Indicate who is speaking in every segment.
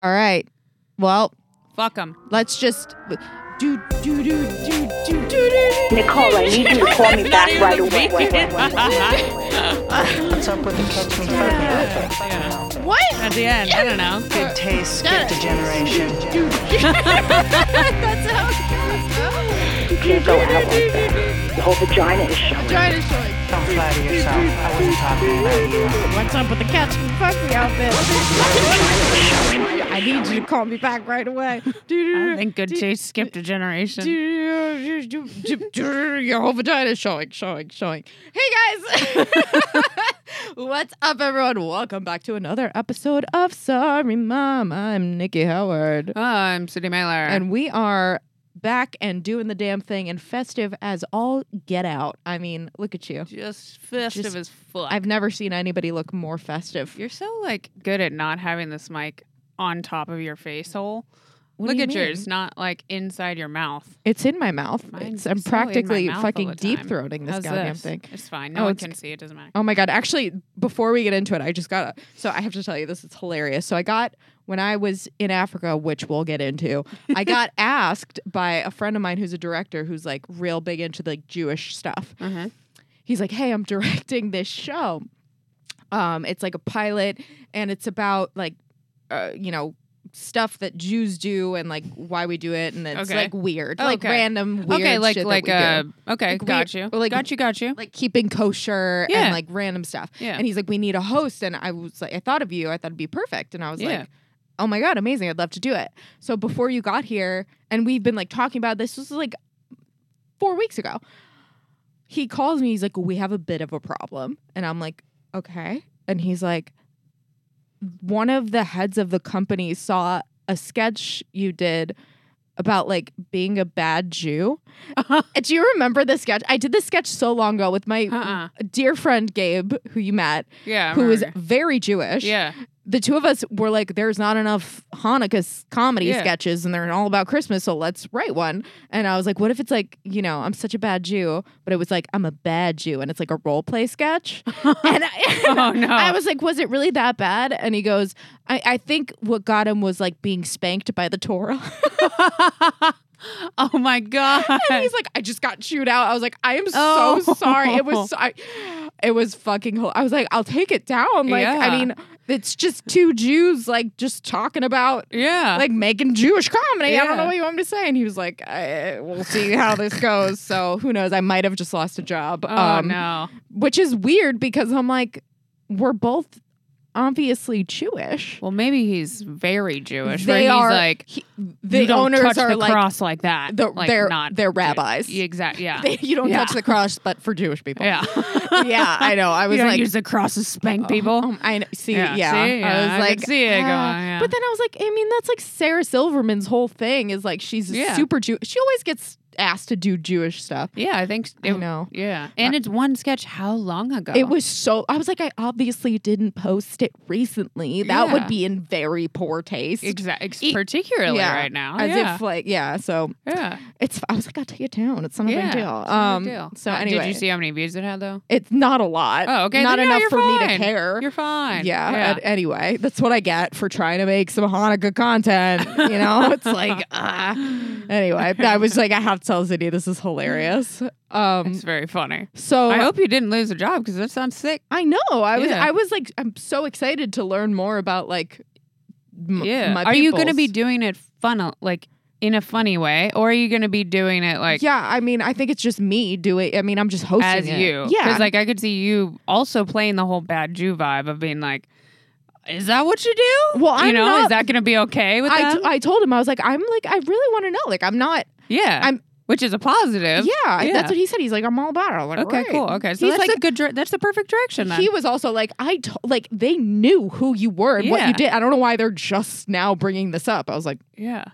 Speaker 1: All right. Well,
Speaker 2: Fuck them.
Speaker 1: let's just do do do do do do do.
Speaker 3: Nicole, I need you to call me back right away.
Speaker 4: What's up with the catch me further?
Speaker 1: do. What?
Speaker 2: At the end, I don't know.
Speaker 4: Good taste, good degeneration.
Speaker 1: That's how it
Speaker 3: You can't go out like that. The whole vagina is showing.
Speaker 1: goes. Try to show it.
Speaker 4: Don't flatter yourself. I wasn't talking about you.
Speaker 1: What's up with the catch and fuck me outfit? I need you to call me back right away. Do
Speaker 2: I
Speaker 1: do
Speaker 2: think good taste skipped a generation.
Speaker 1: do do do do do. Your whole vagina is showing, showing, showing. Hey guys, what's up, everyone? Welcome back to another episode of Sorry Mom. I'm Nikki Howard.
Speaker 2: Oh, I'm City Mailer.
Speaker 1: And we are back and doing the damn thing and festive as all get out. I mean, look at you.
Speaker 2: just festive
Speaker 1: Just-
Speaker 2: as fuck.
Speaker 1: I've never seen anybody look more festive.
Speaker 2: You're so like good at not having this mic on top of your face hole.
Speaker 1: What do
Speaker 2: Look
Speaker 1: you
Speaker 2: at
Speaker 1: mean?
Speaker 2: yours, not like inside your mouth.
Speaker 1: It's in my mouth. It's,
Speaker 2: Mine's
Speaker 1: I'm
Speaker 2: so in my
Speaker 1: practically
Speaker 2: mouth all
Speaker 1: fucking
Speaker 2: the
Speaker 1: deep
Speaker 2: time.
Speaker 1: throating this
Speaker 2: How's
Speaker 1: goddamn
Speaker 2: this?
Speaker 1: thing.
Speaker 2: It's fine.
Speaker 1: Oh,
Speaker 2: No one
Speaker 1: it's-
Speaker 2: can see. It doesn't matter.
Speaker 1: Oh my god! Actually, before we get into it, I just got. to So I have to tell you, this is hilarious. So I got when I was in Africa, which we'll get into. I got asked by a friend of mine who's a director who's like real big into like Jewish stuff,
Speaker 2: Mhm.
Speaker 1: he's like, "Hey, I'm directing this show. Um, it's like a pilot, and it's about like, uh, you know." Stuff that Jews do and like why we do it, and it's
Speaker 2: Okay.
Speaker 1: like weird, like
Speaker 2: Okay.
Speaker 1: random weird.
Speaker 2: okay, like
Speaker 1: shit that
Speaker 2: like
Speaker 1: we
Speaker 2: uh,
Speaker 1: do.
Speaker 2: okay,
Speaker 1: Like, we-
Speaker 2: got you,
Speaker 1: like-
Speaker 2: got you, got you.
Speaker 1: like keeping kosher
Speaker 2: Yeah.
Speaker 1: and like random stuff.
Speaker 2: Yeah.
Speaker 1: And he's like, "We need a host," and I was like, "I thought of you. I thought it'd be perfect." And I was
Speaker 2: Yeah.
Speaker 1: like, "Oh my god, amazing! I'd love to do it." So before you got here, and we've been like talking about this. This was like four weeks ago. He calls me. He's like, "We have a bit of a problem," and I'm like, "Okay." And he's like, "One of the heads of the company saw a sketch you did." About like being a bad Jew.
Speaker 2: Uh-huh.
Speaker 1: Do you remember the sketch? I did this sketch so long ago with my
Speaker 2: Uh-uh.
Speaker 1: dear friend Gabe, who you met,
Speaker 2: Yeah, I
Speaker 1: who is
Speaker 2: remember.
Speaker 1: very Jewish.
Speaker 2: yeah,
Speaker 1: The two of us were like, there's not enough Hanukkah s- comedy
Speaker 2: Yeah.
Speaker 1: sketches and they're all about Christmas, so let's write one. And I was like, what if it's like, you know, I'm such a bad Jew, but it was like, I'm a bad Jew and it's like a role play sketch. and I,
Speaker 2: Oh, no.
Speaker 1: I was like, was it really that bad? And he goes, I, I think what got him was like being spanked by the Torah.
Speaker 2: oh my god.
Speaker 1: And he's like, I just got chewed out. I was like, I am so
Speaker 2: Oh.
Speaker 1: sorry. It was, so, I, it was fucking. hil- I was like, I'll take it down. Like, I
Speaker 2: Yeah.
Speaker 1: mean, it's just two Jews like just talking about
Speaker 2: yeah,
Speaker 1: like making Jewish comedy. I don't know
Speaker 2: Uh. Yeah.
Speaker 1: what you want me to say. And he was like, I, we'll see how this goes. So who knows? I might have just lost a job. Um,
Speaker 2: oh no,
Speaker 1: Which is weird because I'm like, we're both obviously Jewish.
Speaker 2: well maybe he's very Jewish.
Speaker 1: They
Speaker 2: where he's
Speaker 1: are-
Speaker 2: like
Speaker 1: he- the
Speaker 2: you don't
Speaker 1: owners
Speaker 2: touch
Speaker 1: are
Speaker 2: the
Speaker 1: like
Speaker 2: cross like that.
Speaker 1: the-
Speaker 2: like
Speaker 1: they're-
Speaker 2: not
Speaker 1: they're
Speaker 2: Jew-
Speaker 1: rabbis.
Speaker 2: Exact. Yeah.
Speaker 1: They, you don't
Speaker 2: Yeah.
Speaker 1: touch the cross, but for Jewish people.
Speaker 2: yeah.
Speaker 1: yeah, I know. I
Speaker 2: I
Speaker 1: was like,
Speaker 2: use the cross to spank people.
Speaker 1: um, I know, see, yeah,
Speaker 2: Yeah, see? Yeah,
Speaker 1: I
Speaker 2: I
Speaker 1: was
Speaker 2: could
Speaker 1: like,
Speaker 2: see
Speaker 1: ah.
Speaker 2: it going, yeah.
Speaker 1: But then I was like, I mean, that's like Sarah Silverman's whole thing is like she's a
Speaker 2: Yeah.
Speaker 1: super Jew. She always gets asked to do Jewish stuff.
Speaker 2: yeah, I think.
Speaker 1: I know.
Speaker 2: Yeah, and it's one sketch. How long ago?
Speaker 1: It was so. I was like, I obviously didn't post it recently. That would
Speaker 2: Yeah.
Speaker 1: be in very poor taste.
Speaker 2: exactly
Speaker 1: E-
Speaker 2: particularly
Speaker 1: yeah,
Speaker 2: right now.
Speaker 1: As
Speaker 2: oh, yeah.
Speaker 1: if like, yeah. So
Speaker 2: yeah,
Speaker 1: it's. I was like, I'll take it down. It's not a
Speaker 2: yeah.
Speaker 1: big deal.
Speaker 2: It's not a
Speaker 1: Um.
Speaker 2: big deal.
Speaker 1: So
Speaker 2: Uh,
Speaker 1: anyway,
Speaker 2: did you see how many views it had though?
Speaker 1: it's not a lot.
Speaker 2: Oh, okay.
Speaker 1: Not
Speaker 2: Then, yeah,
Speaker 1: enough
Speaker 2: you're
Speaker 1: for me to
Speaker 2: fine.
Speaker 1: care.
Speaker 2: You're fine.
Speaker 1: Yeah. and anyway, that's what I get for trying to make some Hanukkah content. You know, it's like, ah. Anyway, I was like, I have to tell Ziddy this is hilarious. Um,
Speaker 2: it's very funny.
Speaker 1: so
Speaker 2: I hope you didn't lose a job because that sounds sick.
Speaker 1: I know. I was,
Speaker 2: Yeah.
Speaker 1: I was like, I'm so excited to learn more about like, m-
Speaker 2: Yeah.
Speaker 1: my
Speaker 2: are you going to
Speaker 1: peoples.
Speaker 2: be doing it fun, like in a funny way, or are you going to be doing it like
Speaker 1: yeah, I mean, I think it's just me doing. I mean, I'm just hosting
Speaker 2: as
Speaker 1: it.
Speaker 2: you?
Speaker 1: Yeah,
Speaker 2: Because like I could see you also playing the whole bad Jew vibe of being like, is that what you do?
Speaker 1: Well,
Speaker 2: you
Speaker 1: I'm
Speaker 2: know,
Speaker 1: not-
Speaker 2: is that going to be okay with
Speaker 1: I,
Speaker 2: that?
Speaker 1: t- I told him I was like, I'm like, I really want to know. Like, I'm not.
Speaker 2: yeah.
Speaker 1: I'm-
Speaker 2: Which is a positive.
Speaker 1: Yeah, that's what he said. He's like, I'm all about it. I'm like,
Speaker 2: Okay,
Speaker 1: "Right."
Speaker 2: cool. Okay, so
Speaker 1: He's
Speaker 2: that's
Speaker 1: like,
Speaker 2: a good. dir- that's the perfect direction. Then.
Speaker 1: He was also like, I t- like they knew who you were and what
Speaker 2: Yeah.
Speaker 1: you did. I don't know why they're just now bringing this up. I was like,
Speaker 2: yeah.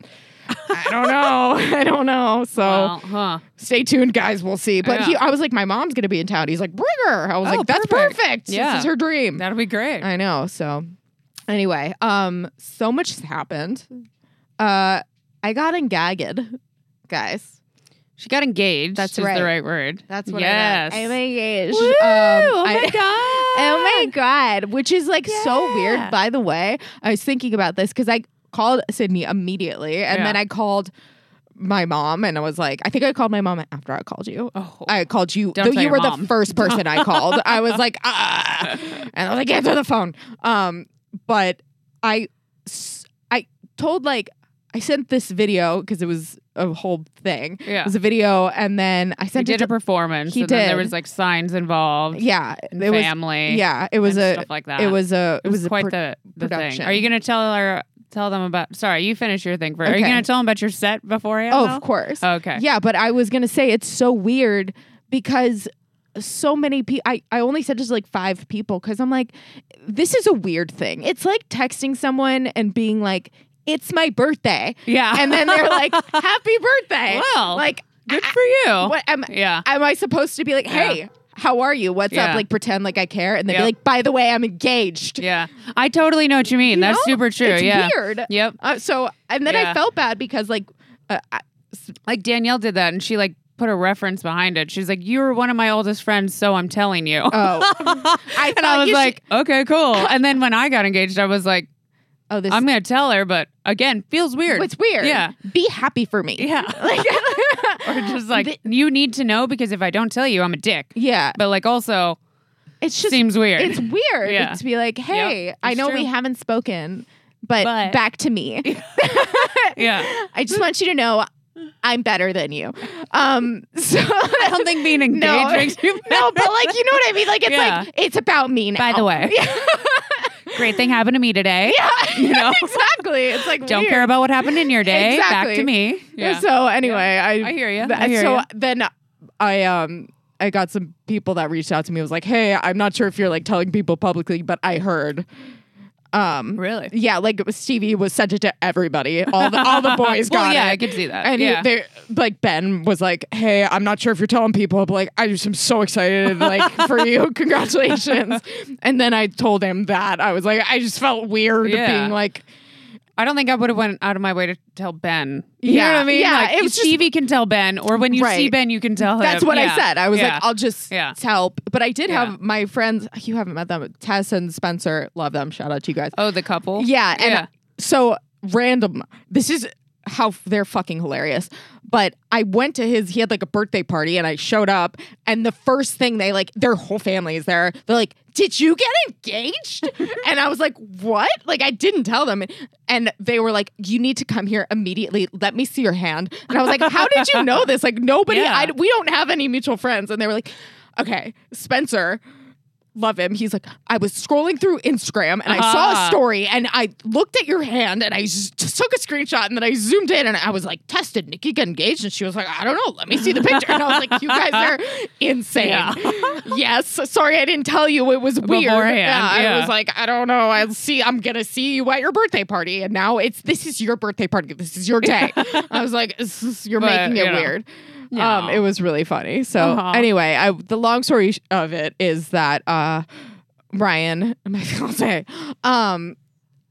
Speaker 1: I don't know, I don't know. So
Speaker 2: Oh. Well, huh.
Speaker 1: stay tuned, guys. We'll see. But
Speaker 2: Yeah.
Speaker 1: he, I was like, my mom's gonna be in town. He's like, bring her. I was
Speaker 2: Oh,
Speaker 1: like, that's perfect.
Speaker 2: perfect.
Speaker 1: This
Speaker 2: Yeah.
Speaker 1: is her dream.
Speaker 2: That'll be great.
Speaker 1: I know. So anyway, um, so much has happened. Uh, I got engagged, guys.
Speaker 2: She got engaged.
Speaker 1: That's
Speaker 2: is
Speaker 1: right.
Speaker 2: the right word.
Speaker 1: That's what
Speaker 2: yes.
Speaker 1: I got. I'm engaged.
Speaker 2: Woo!
Speaker 1: Um,
Speaker 2: oh
Speaker 1: I-
Speaker 2: my god.
Speaker 1: Oh my god, which is like so
Speaker 2: Yeah.
Speaker 1: weird. By the way, I was thinking about this because I called Sydney immediately, and
Speaker 2: Yeah.
Speaker 1: then I called my mom, and I was like, I think I called my mom after I called you.
Speaker 2: Oh.
Speaker 1: I called you.
Speaker 2: Don't
Speaker 1: though
Speaker 2: tell
Speaker 1: you
Speaker 2: your
Speaker 1: were
Speaker 2: mom.
Speaker 1: the first person I called. I was like, ah, and I was like, answer the phone. Um, but I, s- I told like I sent this video because it was a whole thing.
Speaker 2: Yeah.
Speaker 1: It was a video, and then I
Speaker 2: He
Speaker 1: sent it
Speaker 2: did
Speaker 1: to
Speaker 2: a performance.
Speaker 1: He
Speaker 2: and Then there
Speaker 1: did.
Speaker 2: was like signs involved.
Speaker 1: yeah,
Speaker 2: and
Speaker 1: it was
Speaker 2: family.
Speaker 1: yeah, it was
Speaker 2: and
Speaker 1: a
Speaker 2: stuff like that.
Speaker 1: it was a
Speaker 2: It was,
Speaker 1: a
Speaker 2: quite
Speaker 1: per-
Speaker 2: the, the thing.
Speaker 1: production.
Speaker 2: Are you gonna tell her? Tell them about. Sorry, you finish your thing first. Are you
Speaker 1: Okay.
Speaker 2: gonna tell them about your set before?
Speaker 1: oh,
Speaker 2: Annabelle?
Speaker 1: of course.
Speaker 2: Okay.
Speaker 1: Yeah, but I was gonna say it's so weird because so many people. I I only said just like five people because I'm like, this is a weird thing. It's like texting someone and being like, "It's my birthday,"
Speaker 2: Yeah.
Speaker 1: and then they're like, "Happy birthday!"
Speaker 2: Well,
Speaker 1: like,
Speaker 2: good for you.
Speaker 1: what am
Speaker 2: Yeah.
Speaker 1: am I supposed to be like,
Speaker 2: Yeah.
Speaker 1: "Hey, how are you? What's
Speaker 2: Yeah.
Speaker 1: up?" Like pretend like I care, and then
Speaker 2: Yep.
Speaker 1: be like, "By the way, I'm engaged."
Speaker 2: yeah. I totally know what you mean.
Speaker 1: You
Speaker 2: That's
Speaker 1: know?
Speaker 2: super true.
Speaker 1: It's
Speaker 2: yeah.
Speaker 1: weird.
Speaker 2: Yep.
Speaker 1: Uh, so and then
Speaker 2: Yeah.
Speaker 1: I felt bad because like. Uh, I,
Speaker 2: Like Danielle did that, and she like put a reference behind it. She's like, "You were one of my oldest friends, so I'm telling you."
Speaker 1: oh, I
Speaker 2: and
Speaker 1: thought
Speaker 2: I was
Speaker 1: you should-
Speaker 2: like, "Okay, cool." And then when I got engaged, I was like,
Speaker 1: "Oh, this
Speaker 2: "I'm gonna tell her," but again, feels weird.
Speaker 1: It's weird.
Speaker 2: Yeah.
Speaker 1: Be happy for me.
Speaker 2: Yeah.
Speaker 1: Like,
Speaker 2: or just like you need to know because if I don't tell you, I'm a dick.
Speaker 1: yeah.
Speaker 2: But like also
Speaker 1: It's just
Speaker 2: seems weird.
Speaker 1: it's weird
Speaker 2: Yeah.
Speaker 1: to be like, hey,
Speaker 2: Yep,
Speaker 1: I
Speaker 2: it's
Speaker 1: know
Speaker 2: true.
Speaker 1: we haven't spoken, but,
Speaker 2: But-
Speaker 1: back to me.
Speaker 2: yeah.
Speaker 1: I just want you to know I'm better than you. Um so
Speaker 2: I don't think being engaged
Speaker 1: no,
Speaker 2: makes you
Speaker 1: no, but like you know what I mean? Like it's
Speaker 2: Yeah.
Speaker 1: like it's about me now.
Speaker 2: By the way, great thing happened to me today. Yeah. You know,
Speaker 1: exactly. It's like
Speaker 2: don't
Speaker 1: weird.
Speaker 2: care about what happened in your day. Back to
Speaker 1: Exactly.
Speaker 2: me. Yeah.
Speaker 1: So anyway, I
Speaker 2: I hear ya.
Speaker 1: th-
Speaker 2: I hear
Speaker 1: so
Speaker 2: ya.
Speaker 1: then I um I got some people that reached out to me. Was like, hey, I'm not sure if you're like telling people publicly, but I heard. Um.
Speaker 2: really?
Speaker 1: Yeah, like it was- Stevie was sent it to everybody. All the all the boys
Speaker 2: Well,
Speaker 1: got
Speaker 2: yeah,
Speaker 1: it.
Speaker 2: I could see that.
Speaker 1: And he-
Speaker 2: yeah.
Speaker 1: they like Ben was like, "Hey, I'm not sure if you're telling people, but like, I just am so excited, like for you, congratulations." and then I told him that I was like, I just felt weird
Speaker 2: Yeah.
Speaker 1: being like,
Speaker 2: I don't think I would have went out of my way to tell Ben. You know
Speaker 1: Yeah.
Speaker 2: what I mean?
Speaker 1: Yeah,
Speaker 2: Like,
Speaker 1: it was just-
Speaker 2: Stevie can tell Ben, or when you see
Speaker 1: Right.
Speaker 2: Ben, you can tell him.
Speaker 1: That's what
Speaker 2: Yeah.
Speaker 1: I said. I was
Speaker 2: Yeah.
Speaker 1: like, I'll just
Speaker 2: Yeah.
Speaker 1: tell. But I did
Speaker 2: Yeah.
Speaker 1: have my friends. You haven't met them, Tess and Spencer. Love them. Shout out to you guys.
Speaker 2: Oh, the couple.
Speaker 1: Yeah, and
Speaker 2: yeah.
Speaker 1: so random. This is how f- they're fucking hilarious. But I went to his. He had like a birthday party, and I showed up. And the first thing they like, their whole family is there. They're like, "Did you get engaged?" and I was like, "What?" Like I didn't tell them. And they were like, "You need to come here immediately. Let me see your hand." And I was like, "How did you know this? Like nobody.
Speaker 2: Yeah.
Speaker 1: I, we don't have any mutual friends." And they were like, "Okay, Spencer." love him. He's like, I was scrolling through Instagram and I saw
Speaker 2: Ah.
Speaker 1: a story and I looked at your hand and I z- just took a screenshot and then I zoomed in and I was like, tested Nikki get engaged? And she was like, I don't know. Let me see the picture. And I was like, you guys are insane.
Speaker 2: Yeah.
Speaker 1: yes. Sorry, I didn't tell you. It was weird.
Speaker 2: Beforehand, yeah.
Speaker 1: I was like, I don't know. I'll see. I'm going to see you at your birthday party. And now it's, this is your birthday party. This is your day. I was like, this is- you're
Speaker 2: But,
Speaker 1: making it
Speaker 2: you know.
Speaker 1: weird.
Speaker 2: Yeah.
Speaker 1: Um, it was really funny. So
Speaker 2: Uh-huh.
Speaker 1: anyway, I the long story sh- of it is that uh, Ryan, my fiance, um,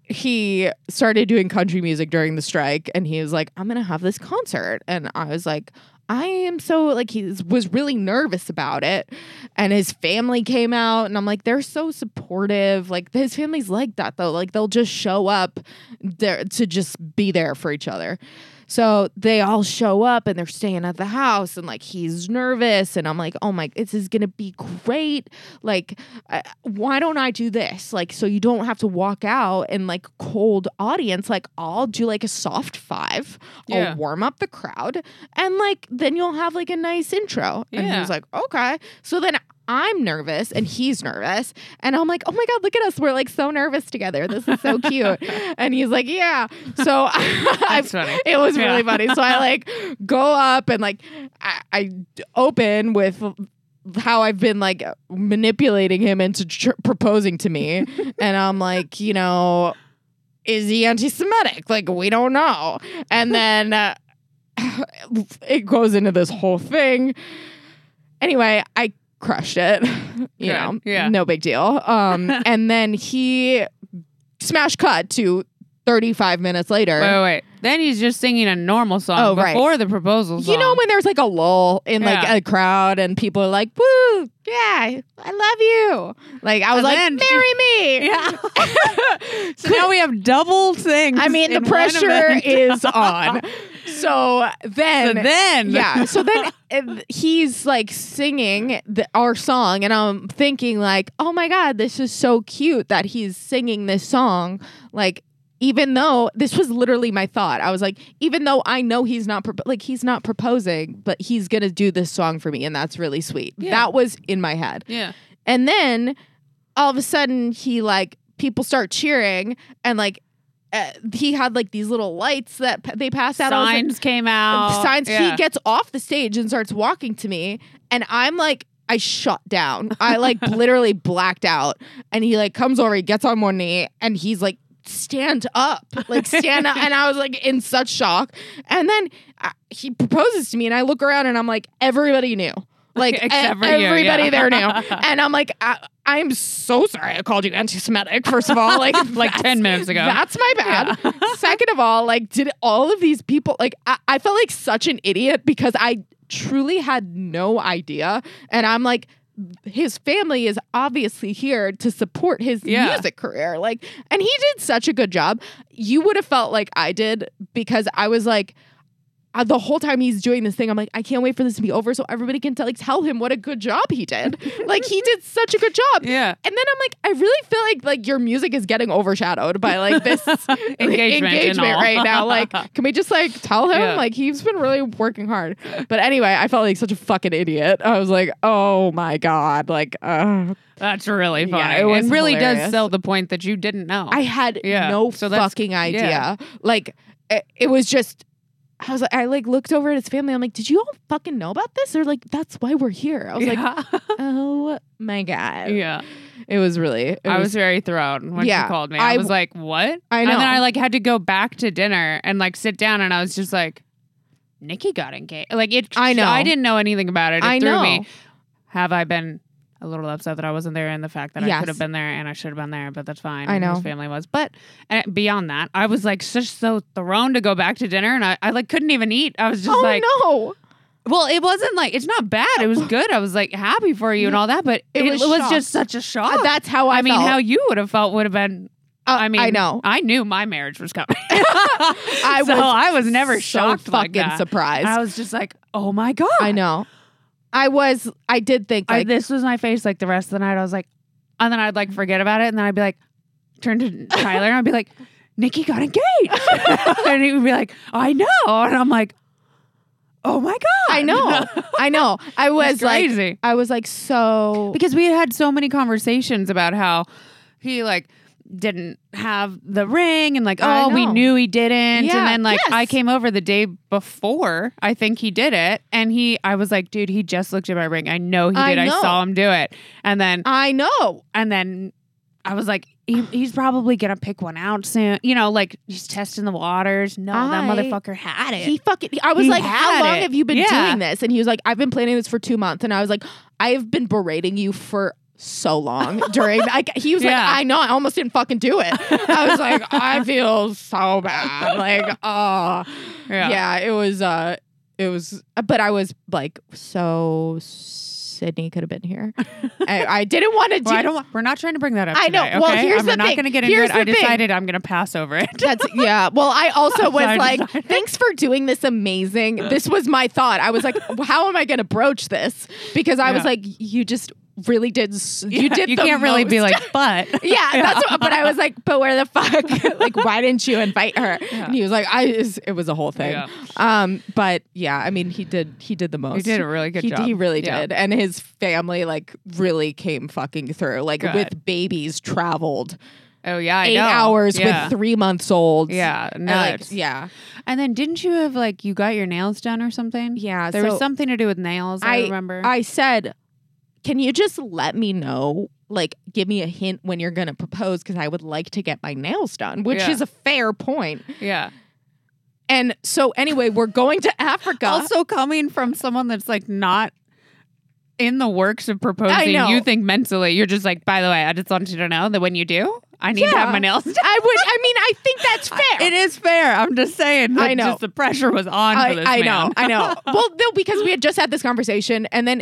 Speaker 1: he started doing country music during the strike, and he was like, "I'm gonna have this concert," and I was like. I am so like he was really nervous about it and his family came out and I'm like they're so supportive like his family's like that though like they'll just show up there to just be there for each other so they all show up and they're staying at the house and like he's nervous and I'm like, "Oh my, this is going to be great. Like uh, why don't I do this? Like so you don't have to walk out and like cold audience. Like I'll do like a soft 5.
Speaker 2: Yeah.
Speaker 1: I'll warm up the crowd and like then you'll have like a nice intro." And he
Speaker 2: Yeah.
Speaker 1: was like, "Okay." So then I'm nervous and he's nervous. And I'm like, oh my God, look at us. We're like so nervous together. This is so cute. and he's like, yeah. So I,
Speaker 2: That's funny.
Speaker 1: it was
Speaker 2: Yeah.
Speaker 1: really funny. So I like go up and like I, I d- open with how I've been like manipulating him into tr- proposing to me, and I'm like, you know, is he anti-Semitic? Like we don't know. And then uh, it goes into this whole thing. Anyway, I crushed it. you
Speaker 2: Good.
Speaker 1: know,
Speaker 2: Yeah.
Speaker 1: no big deal. Um, and then he smash cut to 35 minutes later.
Speaker 2: Wait, wait, wait. Then he's just singing a normal song
Speaker 1: Oh, right.
Speaker 2: before the proposal song.
Speaker 1: You know when there's like a lull in like
Speaker 2: Yeah.
Speaker 1: a crowd and people are like, "Woo, yeah, I love you." Like I was
Speaker 2: And
Speaker 1: like,
Speaker 2: then she-
Speaker 1: "Marry me."
Speaker 2: Yeah. so now we have double things.
Speaker 1: I mean, the
Speaker 2: in one
Speaker 1: pressure
Speaker 2: event.
Speaker 1: is on. So
Speaker 2: So
Speaker 1: then,
Speaker 2: then,
Speaker 1: yeah. So then uh, he's like singing the, our song, and I'm thinking like, oh my god, this is so cute that he's singing this song. Like, even though this was literally my thought, I was like, even though I know he's not propo- like he's not proposing, but he's gonna do this song for me, and that's really sweet.
Speaker 2: Yeah.
Speaker 1: That was in my head.
Speaker 2: yeah.
Speaker 1: And then all of a sudden, he like people start cheering, and like uh, he had like these little lights that p- they passed out. I was like,
Speaker 2: Signs came out.
Speaker 1: signs.
Speaker 2: Yeah.
Speaker 1: He gets off the stage and starts walking to me, and I'm like, I shut down. I like literally blacked out. And he like comes over, he gets on one knee, and he's like, stand up, like stand up. And I was like in such shock. And then uh, he proposes to me, and I look around, and I'm like, everybody knew. Like
Speaker 2: Except
Speaker 1: e-
Speaker 2: for you,
Speaker 1: everybody
Speaker 2: yeah.
Speaker 1: there knew, and I'm like, I- I'm so sorry I called you anti-Semitic. First of all, like
Speaker 2: Like
Speaker 1: that's-
Speaker 2: 10 minutes ago.
Speaker 1: That's my bad. Second of all, like, did all of these people, like, I, I felt like such an idiot because I truly had no idea. And I'm like, his family is obviously here to support his
Speaker 2: Yeah.
Speaker 1: music career. Like, and he did such a good job. You would have felt like I did because I was like, uh, the whole time he's doing this thing, I'm like, I can't wait for this to be over so everybody can tell, like, tell him what a good job he did. like, he did such a good job.
Speaker 2: Yeah.
Speaker 1: And then I'm like, I really feel like like your music is getting overshadowed by like this engagement,
Speaker 2: Engagement and all.
Speaker 1: right now. Like, can we just like tell him
Speaker 2: Yeah.
Speaker 1: like he's been really working hard? But anyway, I felt like such a fucking idiot. I was like, oh my god, like, uh,
Speaker 2: That's really
Speaker 1: Yeah,
Speaker 2: funny.
Speaker 1: it was
Speaker 2: and really
Speaker 1: hilarious.
Speaker 2: does sell the point that you didn't know.
Speaker 1: I had
Speaker 2: Yeah.
Speaker 1: no
Speaker 2: So that's-
Speaker 1: fucking idea. Like, it, it was just. I was like, I like looked over at his family. I'm like, did you all fucking know about this? They're like, that's why we're here. I was like,
Speaker 2: like,
Speaker 1: oh my god,
Speaker 2: yeah.
Speaker 1: It was really. it
Speaker 2: I was very thrown when
Speaker 1: Yeah,
Speaker 2: she called me. I,
Speaker 1: I-
Speaker 2: was like, "What?"
Speaker 1: I
Speaker 2: And
Speaker 1: know.
Speaker 2: then I like had to go back to dinner and like sit down, and I was just like, "Nikki got engaged." Like it.
Speaker 1: I know.
Speaker 2: I didn't know anything about it. It
Speaker 1: I
Speaker 2: threw
Speaker 1: know.
Speaker 2: me. Have I been a little upset that I wasn't there, and the fact that I
Speaker 1: Yes.
Speaker 2: could have been there and I should have been there, but that's fine.
Speaker 1: I know.
Speaker 2: his family was, but and beyond that, I was like just so thrown to go back to dinner, and I, I like couldn't even eat. I was just
Speaker 1: Oh
Speaker 2: like,
Speaker 1: no.
Speaker 2: well, it wasn't like it's not bad. It was good. I was like happy for you and all that, but
Speaker 1: It
Speaker 2: it,
Speaker 1: was
Speaker 2: was,
Speaker 1: shocked.
Speaker 2: just such a shock.
Speaker 1: Uh, That's how I,
Speaker 2: I mean,
Speaker 1: felt.
Speaker 2: how you would have felt would have been.
Speaker 1: Uh,
Speaker 2: I mean,
Speaker 1: I know.
Speaker 2: I knew my marriage was coming. I so I was never
Speaker 1: so
Speaker 2: shocked
Speaker 1: fucking
Speaker 2: like that.
Speaker 1: surprised.
Speaker 2: I was just like, oh my god!
Speaker 1: I know. I was. I did think
Speaker 2: I-
Speaker 1: like
Speaker 2: this was my face like the rest of the night. I was like, and then I'd like forget about it, and then I'd be like, turn to Tyler, and I'd be like, Nikki got engaged, and he would be like, I know, and I'm like, oh my god!
Speaker 1: I know. I know. I was like.
Speaker 2: crazy.
Speaker 1: I was like so.
Speaker 2: because we had had so many conversations about how he like didn't have the ring and like
Speaker 1: I
Speaker 2: oh we
Speaker 1: know.
Speaker 2: knew he didn't
Speaker 1: Yeah,
Speaker 2: and then like I
Speaker 1: yes.
Speaker 2: came over the day before I think he did it and he I was like dude he just looked at my ring I know he
Speaker 1: I
Speaker 2: did I,
Speaker 1: know.
Speaker 2: saw him do it and then
Speaker 1: I know.
Speaker 2: and then I was like he, he's probably gonna pick one out soon you know like he's testing the waters no that
Speaker 1: I-
Speaker 2: motherfucker had it
Speaker 1: He fucking. I was
Speaker 2: He
Speaker 1: like, how
Speaker 2: had
Speaker 1: long
Speaker 2: it.
Speaker 1: have you been
Speaker 2: Yeah.
Speaker 1: doing this? And he was like, I've been planning this for two months. And I was like, I have been berating you for so long during. Like he was
Speaker 2: Yeah.
Speaker 1: like, I know. I almost didn't fucking do it. I was like, I feel so bad. Like, oh. yeah. it was uh it was but i was like so sydney could have been here I, I didn't want to do
Speaker 2: Well, I don't. want- We're not trying to bring that up.
Speaker 1: I know.
Speaker 2: Today,
Speaker 1: Well,
Speaker 2: okay?
Speaker 1: here's
Speaker 2: I'm
Speaker 1: the
Speaker 2: not
Speaker 1: thing.
Speaker 2: going to get into
Speaker 1: Here's
Speaker 2: it. I
Speaker 1: the thing.
Speaker 2: decided I'm going to pass over it.
Speaker 1: that's yeah. Well, I also was
Speaker 2: Sorry,
Speaker 1: like,
Speaker 2: sorry.
Speaker 1: thanks for doing this amazing. This was my thought. I was like, how am I going to broach this? Because I was
Speaker 2: Yeah.
Speaker 1: like, you just really did. s- You
Speaker 2: Yeah,
Speaker 1: did.
Speaker 2: You
Speaker 1: the
Speaker 2: can't really be
Speaker 1: most.
Speaker 2: like, but
Speaker 1: yeah, that's what, but I was like, but where the fuck? like, why didn't you invite her?
Speaker 2: Yeah.
Speaker 1: And he was like, I. it's- It was a whole thing.
Speaker 2: Yeah.
Speaker 1: Um, but yeah, I mean, he did. He did the most.
Speaker 2: did a really good
Speaker 1: he,
Speaker 2: job.
Speaker 1: He really
Speaker 2: Yeah.
Speaker 1: did, and his family like really came fucking through. Like
Speaker 2: Good.
Speaker 1: with babies traveled
Speaker 2: oh yeah, I
Speaker 1: eight
Speaker 2: know.
Speaker 1: hours
Speaker 2: yeah.
Speaker 1: with three months old.
Speaker 2: Yeah,
Speaker 1: And, like,
Speaker 2: nuts.
Speaker 1: yeah.
Speaker 2: And then didn't you have like you got your nails done or something?
Speaker 1: Yeah,
Speaker 2: there
Speaker 1: so-
Speaker 2: was something to do with nails. I, remember.
Speaker 1: I said, "Can you just let me know? Like, give me a hint when you're gonna propose, because I would like to get my nails done, which
Speaker 2: Yeah.
Speaker 1: is a fair point."
Speaker 2: yeah.
Speaker 1: And so, anyway, we're going to Africa.
Speaker 2: Also coming from someone that's like not. In the works of proposing,
Speaker 1: know.
Speaker 2: you think mentally, you're just like, by the way, I just want you to know that when you do, I need to have my nails done.
Speaker 1: I would. I mean, I think that's fair.
Speaker 2: It is fair. I'm just saying.
Speaker 1: I
Speaker 2: but
Speaker 1: know.
Speaker 2: Just the pressure was on
Speaker 1: I,
Speaker 2: for this
Speaker 1: I
Speaker 2: man.
Speaker 1: know. I know. well, no, because we had just had this conversation, and then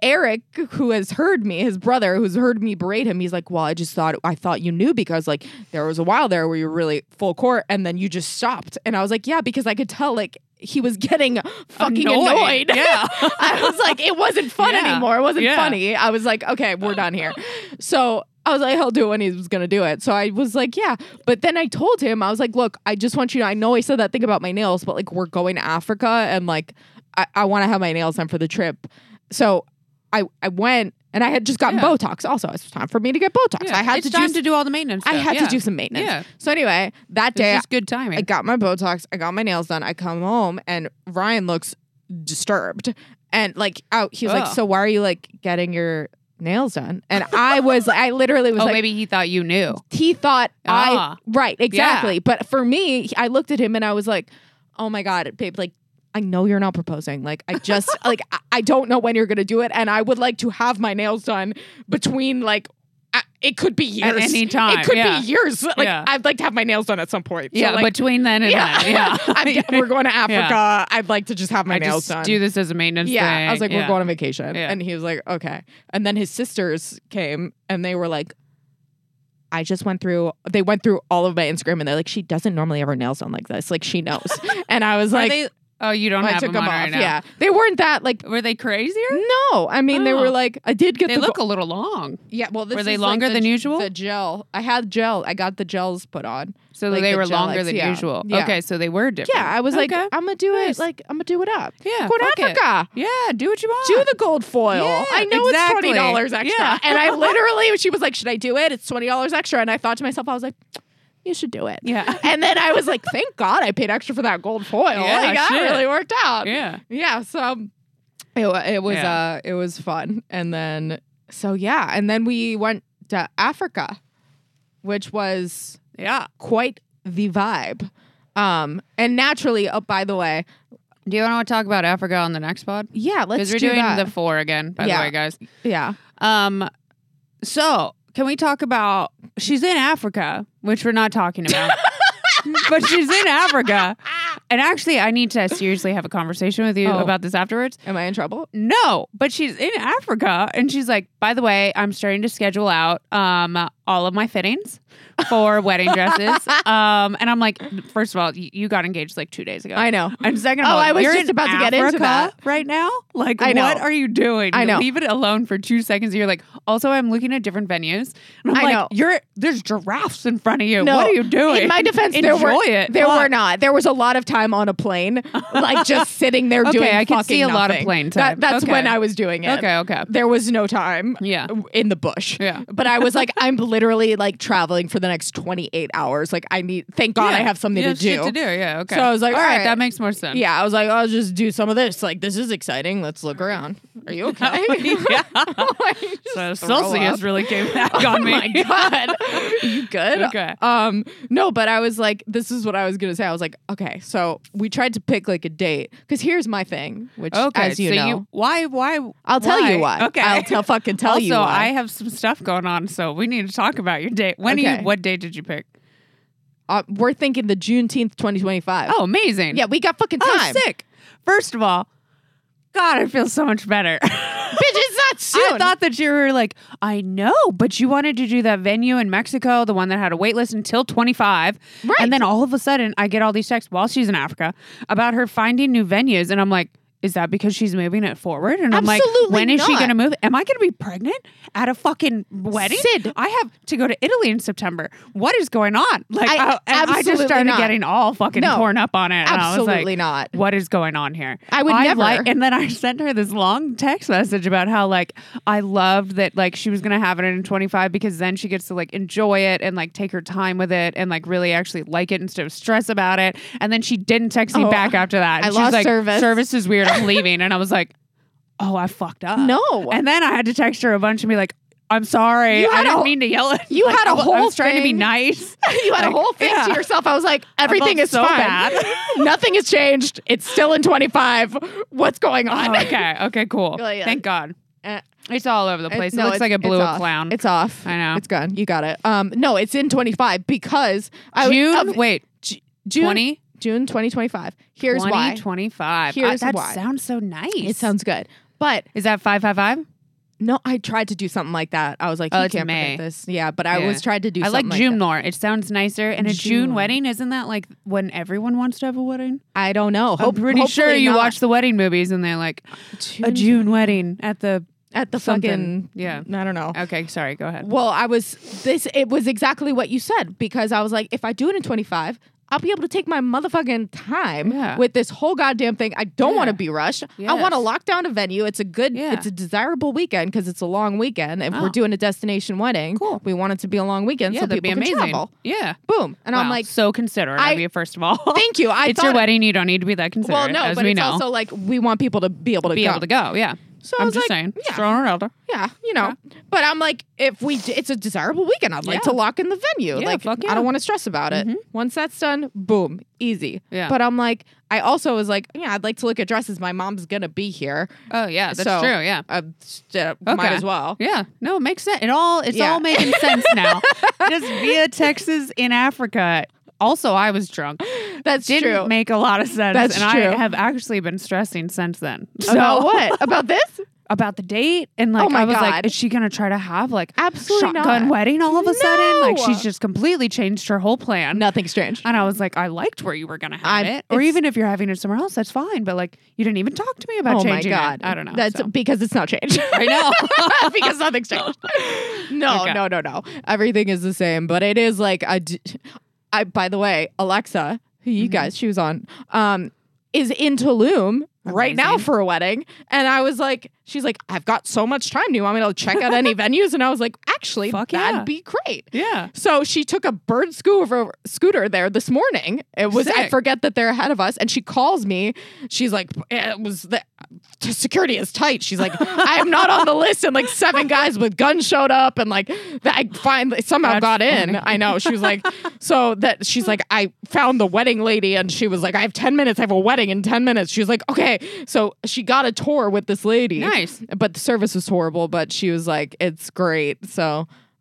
Speaker 1: Eric, who has heard me, his brother, who's heard me berate him, he's like, "Well, I just thought I thought you knew because like there was a while there where you were really full court, and then you just stopped." And I was like, "Yeah," because I could tell like he was getting fucking annoyed.
Speaker 2: Annoyed. Yeah.
Speaker 1: I was like, it wasn't fun
Speaker 2: Yeah.
Speaker 1: anymore. It wasn't
Speaker 2: Yeah.
Speaker 1: funny. I was like, okay, we're done here. So I was like, he'll do it when he was gonna do it. So I was like, yeah. But then I told him, I was like, look, I just want you to I know I said that thing about my nails, but like we're going to Africa and like I, I wanna have my nails done for the trip. So I I went and I had just gotten
Speaker 2: Yeah.
Speaker 1: Botox also. It's time for me to get Botox.
Speaker 2: Yeah.
Speaker 1: I had
Speaker 2: It's
Speaker 1: to
Speaker 2: time
Speaker 1: do
Speaker 2: to do all the maintenance.
Speaker 1: I
Speaker 2: stuff.
Speaker 1: had
Speaker 2: Yeah.
Speaker 1: to do some maintenance.
Speaker 2: Yeah.
Speaker 1: So anyway, that
Speaker 2: It's
Speaker 1: day
Speaker 2: just good timing.
Speaker 1: I got my Botox, I got my nails done, I come home and Ryan looks disturbed. And like out he was like,
Speaker 2: Ugh.
Speaker 1: So why are you like getting your nails done? And I was I literally was
Speaker 2: oh,
Speaker 1: like
Speaker 2: maybe he thought you knew.
Speaker 1: he thought I
Speaker 2: Ah.
Speaker 1: right, exactly. But for me, he- I looked at him and I was like, "Oh my god, babe, like I know you're not proposing. Like I just like I, I don't know when you're going to do it and I would like to have my nails done between like I, it could be years.
Speaker 2: At any time,
Speaker 1: It could
Speaker 2: yeah.
Speaker 1: be years. Like
Speaker 2: Yeah.
Speaker 1: I'd like to have my nails done at some point. So,
Speaker 2: Yeah,
Speaker 1: like,
Speaker 2: between then and then. Yeah.
Speaker 1: I'm d- we're going to Africa. I'd like to just have my
Speaker 2: I
Speaker 1: nails
Speaker 2: just
Speaker 1: done.
Speaker 2: do this as a maintenance
Speaker 1: yeah,
Speaker 2: thing.
Speaker 1: I was like,
Speaker 2: yeah.
Speaker 1: we're going on vacation,
Speaker 2: Yeah.
Speaker 1: and he was like, okay. And then his sisters came, and they were like, I just went through. They went through all of my Instagram, and they're like, she doesn't normally have her nails done like this. Like she knows. and I was
Speaker 2: Are
Speaker 1: like,
Speaker 2: they- oh, you don't
Speaker 1: I
Speaker 2: have
Speaker 1: took
Speaker 2: them
Speaker 1: them
Speaker 2: on
Speaker 1: off.
Speaker 2: right now.
Speaker 1: yeah, they weren't that like.
Speaker 2: Were they crazier?
Speaker 1: No, I mean they
Speaker 2: Oh.
Speaker 1: were like I did get
Speaker 2: They
Speaker 1: the
Speaker 2: look a little long.
Speaker 1: yeah well this
Speaker 2: were they
Speaker 1: is, like,
Speaker 2: longer
Speaker 1: the-
Speaker 2: than usual?
Speaker 1: the gel I had gel I got the gels put on
Speaker 2: So
Speaker 1: like
Speaker 2: they
Speaker 1: the
Speaker 2: were
Speaker 1: gel
Speaker 2: longer
Speaker 1: lights,
Speaker 2: than
Speaker 1: yeah.
Speaker 2: usual.
Speaker 1: Yeah.
Speaker 2: Okay, so they were different.
Speaker 1: yeah I was like
Speaker 2: Okay.
Speaker 1: I'm gonna do
Speaker 2: Nice.
Speaker 1: it like I'm gonna do it up
Speaker 2: yeah,
Speaker 1: go to
Speaker 2: fuck it.
Speaker 1: Africa
Speaker 2: Yeah, do what you want.
Speaker 1: do the gold foil.
Speaker 2: Yeah,
Speaker 1: I know
Speaker 2: exactly.
Speaker 1: it's twenty dollars extra.
Speaker 2: Yeah.
Speaker 1: And I literally, she was like, "Should I do it? It's twenty dollars extra." And I thought to myself, I was like, "You should do it."
Speaker 2: Yeah.
Speaker 1: And then I was like, "Thank God I paid extra for that gold foil.
Speaker 2: Yeah,
Speaker 1: like that
Speaker 2: shit.
Speaker 1: really worked out."
Speaker 2: yeah.
Speaker 1: Yeah, so it, wa- it was
Speaker 2: Yeah.
Speaker 1: uh it was fun. And then so yeah, and then we went to Africa, which was
Speaker 2: Yeah.
Speaker 1: quite the vibe. Um and naturally, oh by the way,
Speaker 2: Do you want to talk about Africa on the next pod?
Speaker 1: yeah, let's
Speaker 2: Because we're
Speaker 1: do
Speaker 2: doing
Speaker 1: that.
Speaker 2: the four again, by
Speaker 1: Yeah.
Speaker 2: the way, guys.
Speaker 1: yeah.
Speaker 2: Um, so can we talk about she's in Africa, which we're not talking about, but she's in Africa. And actually, I need to seriously have a conversation with you
Speaker 1: Oh.
Speaker 2: about this afterwards.
Speaker 1: Am I in trouble?
Speaker 2: No, but she's in Africa and she's like, by the way, I'm starting to schedule out um all of my fittings for wedding dresses. Um and I'm like, first of all, you, you got engaged like 2 days ago.
Speaker 1: I know.
Speaker 2: And second of
Speaker 1: Oh,
Speaker 2: all,
Speaker 1: I was
Speaker 2: you're
Speaker 1: just
Speaker 2: in
Speaker 1: about to get into
Speaker 2: Africa
Speaker 1: that.
Speaker 2: right now. Like,
Speaker 1: I know.
Speaker 2: what are you doing?
Speaker 1: I
Speaker 2: You
Speaker 1: know.
Speaker 2: Leave it alone for two seconds. You're like, also, I'm looking at different venues. And I'm
Speaker 1: I
Speaker 2: like,
Speaker 1: know.
Speaker 2: you're there's giraffes in front of you. what are you doing?
Speaker 1: In my defense,
Speaker 2: Enjoy
Speaker 1: there were
Speaker 2: it.
Speaker 1: there
Speaker 2: Fuck.
Speaker 1: were not. There was a lot of time on a plane, like just sitting there
Speaker 2: Okay,
Speaker 1: doing.
Speaker 2: I could
Speaker 1: fucking
Speaker 2: see a lot of
Speaker 1: nothing.
Speaker 2: plane
Speaker 1: That-
Speaker 2: time.
Speaker 1: that's
Speaker 2: Okay.
Speaker 1: when I was doing it.
Speaker 2: Okay, okay.
Speaker 1: There was no time.
Speaker 2: Yeah.
Speaker 1: In the bush.
Speaker 2: Yeah.
Speaker 1: But I was like, I'm literally like traveling for the next 28 hours. Like I need. Thank God
Speaker 2: Yeah.
Speaker 1: I have something
Speaker 2: You
Speaker 1: to
Speaker 2: shit
Speaker 1: do.
Speaker 2: to do. Yeah. Okay.
Speaker 1: So I was like, all right.
Speaker 2: that makes more sense.
Speaker 1: Yeah, I was like, I'll just do some of this. Like, this is exciting. Let's look around. Are you okay?
Speaker 2: Yeah.
Speaker 1: Like,
Speaker 2: So
Speaker 1: just throw up.
Speaker 2: Celsius really came back on me.
Speaker 1: Oh my god. you good?
Speaker 2: Okay.
Speaker 1: Um no, but I was like this is what I was going to say. I was like, okay, so we tried to pick like a date cuz here's my thing, which
Speaker 2: Okay.
Speaker 1: as you
Speaker 2: so
Speaker 1: know.
Speaker 2: you why why
Speaker 1: I'll tell you
Speaker 2: why?
Speaker 1: why.
Speaker 2: Okay.
Speaker 1: I'll tell fucking tell
Speaker 2: also,
Speaker 1: you why.
Speaker 2: I have some stuff going on, so we need to talk about your date. When are
Speaker 1: Okay.
Speaker 2: you? What date did you pick?
Speaker 1: uh, we're thinking the Juneteenth 2025.
Speaker 2: Oh, amazing.
Speaker 1: Yeah, we got fucking
Speaker 2: Oh,
Speaker 1: time.
Speaker 2: sick. First of all, God, I feel so much better.
Speaker 1: Bitch, it's not soon.
Speaker 2: I thought that you were like, I know, but you wanted to do that venue in Mexico, the one that had a wait list until 25.
Speaker 1: Right.
Speaker 2: And then all of a sudden, I get all these texts while she's in Africa about her finding new venues. And I'm like, is that because she's moving it forward? And I'm like,
Speaker 1: Absolutely
Speaker 2: when is she
Speaker 1: not.
Speaker 2: going to move? Am I going to be pregnant at a fucking wedding?
Speaker 1: Sid.
Speaker 2: I have to go to Italy in September. What is going on? Like,
Speaker 1: I-
Speaker 2: I, and I just
Speaker 1: absolutely
Speaker 2: started
Speaker 1: not.
Speaker 2: getting all fucking
Speaker 1: No.
Speaker 2: torn up on it. And I was like,
Speaker 1: Absolutely not.
Speaker 2: What is going on here?
Speaker 1: I would never.
Speaker 2: like- and then I sent her this long text message about how like I loved that like she was gonna have it in 25 because then she gets to like enjoy it and like take her time with it and like really actually like it instead of stress about it. And then she didn't text me
Speaker 1: Oh,
Speaker 2: back after that. And
Speaker 1: I
Speaker 2: she's
Speaker 1: lost
Speaker 2: like,
Speaker 1: service.
Speaker 2: Service is weird. I'm leaving. and I was like, oh, I fucked up.
Speaker 1: No.
Speaker 2: And then I had to text her a bunch and be like. I'm sorry.
Speaker 1: You
Speaker 2: I
Speaker 1: had a
Speaker 2: didn't
Speaker 1: wh-
Speaker 2: mean to yell at
Speaker 1: you
Speaker 2: like,
Speaker 1: had a
Speaker 2: I was- I
Speaker 1: whole
Speaker 2: was trying to be
Speaker 1: thing.
Speaker 2: nice.
Speaker 1: you had a
Speaker 2: Like,
Speaker 1: whole thing
Speaker 2: yeah.
Speaker 1: to yourself. I was like, everything
Speaker 2: felt
Speaker 1: is
Speaker 2: so
Speaker 1: fine.
Speaker 2: bad.
Speaker 1: Nothing has changed. It's still in 25. What's going on?
Speaker 2: Oh, okay. Okay. Cool.
Speaker 1: You're like,
Speaker 2: Thank God.
Speaker 1: Eh,
Speaker 2: It's all over the
Speaker 1: it-
Speaker 2: place.
Speaker 1: no,
Speaker 2: it looks
Speaker 1: it's-
Speaker 2: like it blew
Speaker 1: it's
Speaker 2: a
Speaker 1: off.
Speaker 2: clown.
Speaker 1: It's off.
Speaker 2: I know.
Speaker 1: It's gone. You got it. Um, no, it's in 25 because I would-
Speaker 2: June.
Speaker 1: of-
Speaker 2: wait,
Speaker 1: Ju- June
Speaker 2: 20?
Speaker 1: June 2025. Here's why.
Speaker 2: 2025.
Speaker 1: Here's
Speaker 2: that
Speaker 1: why.
Speaker 2: sounds so nice.
Speaker 1: It sounds good. But
Speaker 2: Is that five five five?
Speaker 1: no, I tried to do something like that. I was like,
Speaker 2: Oh,
Speaker 1: you
Speaker 2: it's
Speaker 1: can't
Speaker 2: May.
Speaker 1: forget this. Yeah, but I
Speaker 2: Yeah.
Speaker 1: was tried to do
Speaker 2: I like
Speaker 1: something
Speaker 2: June
Speaker 1: that.
Speaker 2: more. It sounds nicer. And a June.
Speaker 1: June.
Speaker 2: wedding isn't that like when everyone wants to have a wedding?
Speaker 1: I don't know. Hope,
Speaker 2: I'm pretty
Speaker 1: hopefully
Speaker 2: sure you
Speaker 1: not.
Speaker 2: watch the wedding movies and they're like
Speaker 1: June,
Speaker 2: a June wedding at the.
Speaker 1: at the
Speaker 2: something.
Speaker 1: fucking
Speaker 2: Yeah.
Speaker 1: I don't know.
Speaker 2: Okay, sorry. Go ahead.
Speaker 1: Well, I was this. It was exactly what you said because I was like, if I do it in 25, I'll be able to take my motherfucking time
Speaker 2: Yeah.
Speaker 1: with this whole goddamn thing. I don't want to
Speaker 2: Yeah.
Speaker 1: be rushed. I want to
Speaker 2: Yes.
Speaker 1: lock down a venue. It's a good,
Speaker 2: Yeah.
Speaker 1: it's a desirable weekend because it's a long weekend. If
Speaker 2: Oh.
Speaker 1: we're doing a destination wedding,
Speaker 2: Cool.
Speaker 1: we want it to be a long weekend
Speaker 2: yeah,
Speaker 1: so people
Speaker 2: that'd be
Speaker 1: can
Speaker 2: amazing.
Speaker 1: travel.
Speaker 2: Yeah.
Speaker 1: Boom, and I'm
Speaker 2: Wow,
Speaker 1: like,
Speaker 2: so considerate
Speaker 1: I-
Speaker 2: of you, first of all.
Speaker 1: thank you. I
Speaker 2: it's
Speaker 1: thought
Speaker 2: your wedding. You don't need to be that considerate.
Speaker 1: Well, no,
Speaker 2: as
Speaker 1: but
Speaker 2: we
Speaker 1: it's
Speaker 2: know.
Speaker 1: also like we want people to be able to
Speaker 2: be
Speaker 1: go.
Speaker 2: able to go. Yeah.
Speaker 1: So I
Speaker 2: I'm
Speaker 1: was
Speaker 2: just
Speaker 1: like,
Speaker 2: saying.
Speaker 1: yeah.
Speaker 2: Just throwing it out there.
Speaker 1: Yeah, you know. But I'm like, if we, d- it's a desirable weekend. I'd like
Speaker 2: Yeah.
Speaker 1: to lock in the venue.
Speaker 2: Yeah,
Speaker 1: like,
Speaker 2: fuck
Speaker 1: I
Speaker 2: yeah. Mm-hmm.
Speaker 1: don't want to stress about it. Once that's done, boom, easy.
Speaker 2: Yeah.
Speaker 1: But I'm like, I also was like, yeah, I'd like to look at dresses. My mom's gonna be here.
Speaker 2: Oh yeah, that's
Speaker 1: So,
Speaker 2: true. Yeah.
Speaker 1: Uh, st- Might
Speaker 2: Okay.
Speaker 1: as well.
Speaker 2: Yeah. No, it makes sense. It all it's
Speaker 1: Yeah.
Speaker 2: all making sense now. Just via Texas in Africa. Also, I was drunk.
Speaker 1: That's
Speaker 2: Didn't
Speaker 1: true.
Speaker 2: make a lot of sense.
Speaker 1: That's
Speaker 2: and
Speaker 1: true.
Speaker 2: I have actually been stressing since then. So
Speaker 1: about what? About this?
Speaker 2: about the date. And like
Speaker 1: Oh, my
Speaker 2: I was
Speaker 1: God.
Speaker 2: like, is she gonna try to have like
Speaker 1: Absolutely
Speaker 2: shotgun
Speaker 1: not.
Speaker 2: wedding all of a sudden? Like
Speaker 1: No.
Speaker 2: she's just completely changed her whole plan.
Speaker 1: Nothing strange.
Speaker 2: And I was like, I liked where you were gonna have
Speaker 1: I'm-
Speaker 2: it. Or
Speaker 1: it's-
Speaker 2: even if you're having it somewhere else, that's fine. But like you didn't even talk to me about
Speaker 1: oh my
Speaker 2: changing it.
Speaker 1: god!
Speaker 2: I don't know.
Speaker 1: That's
Speaker 2: so.
Speaker 1: because it's not changed.
Speaker 2: I know.
Speaker 1: because nothing's changed. No,
Speaker 2: Okay.
Speaker 1: no, no, no. Everything is the same, but it is like I, d- I. By the way, Alexa, who you
Speaker 2: Mm-hmm.
Speaker 1: guys, she was on, um, is in Tulum right now
Speaker 2: Amazing.
Speaker 1: for a wedding, and I was like, she's like, I've got so much time. Do you want me to check out any venues? And I was like, actually,
Speaker 2: Fuck
Speaker 1: that'd
Speaker 2: yeah.
Speaker 1: be great.
Speaker 2: yeah.
Speaker 1: So she took a bird scooter scooter there this morning. It was I
Speaker 2: Sick.
Speaker 1: forget that they're ahead of us, and she calls me. She's like, "It was the t- security is tight." She's like, "I am not on the list," and like seven guys with guns showed up, and like that I finally somehow
Speaker 2: That's
Speaker 1: got in.
Speaker 2: funny.
Speaker 1: I know she was like, so that she's like, I found the wedding lady, and she was like, "I have ten minutes. I have a wedding in ten minutes." She was like, "Okay," so she got a tour with this lady.
Speaker 2: Nice.
Speaker 1: but the service was horrible. But she was like, "It's great." So.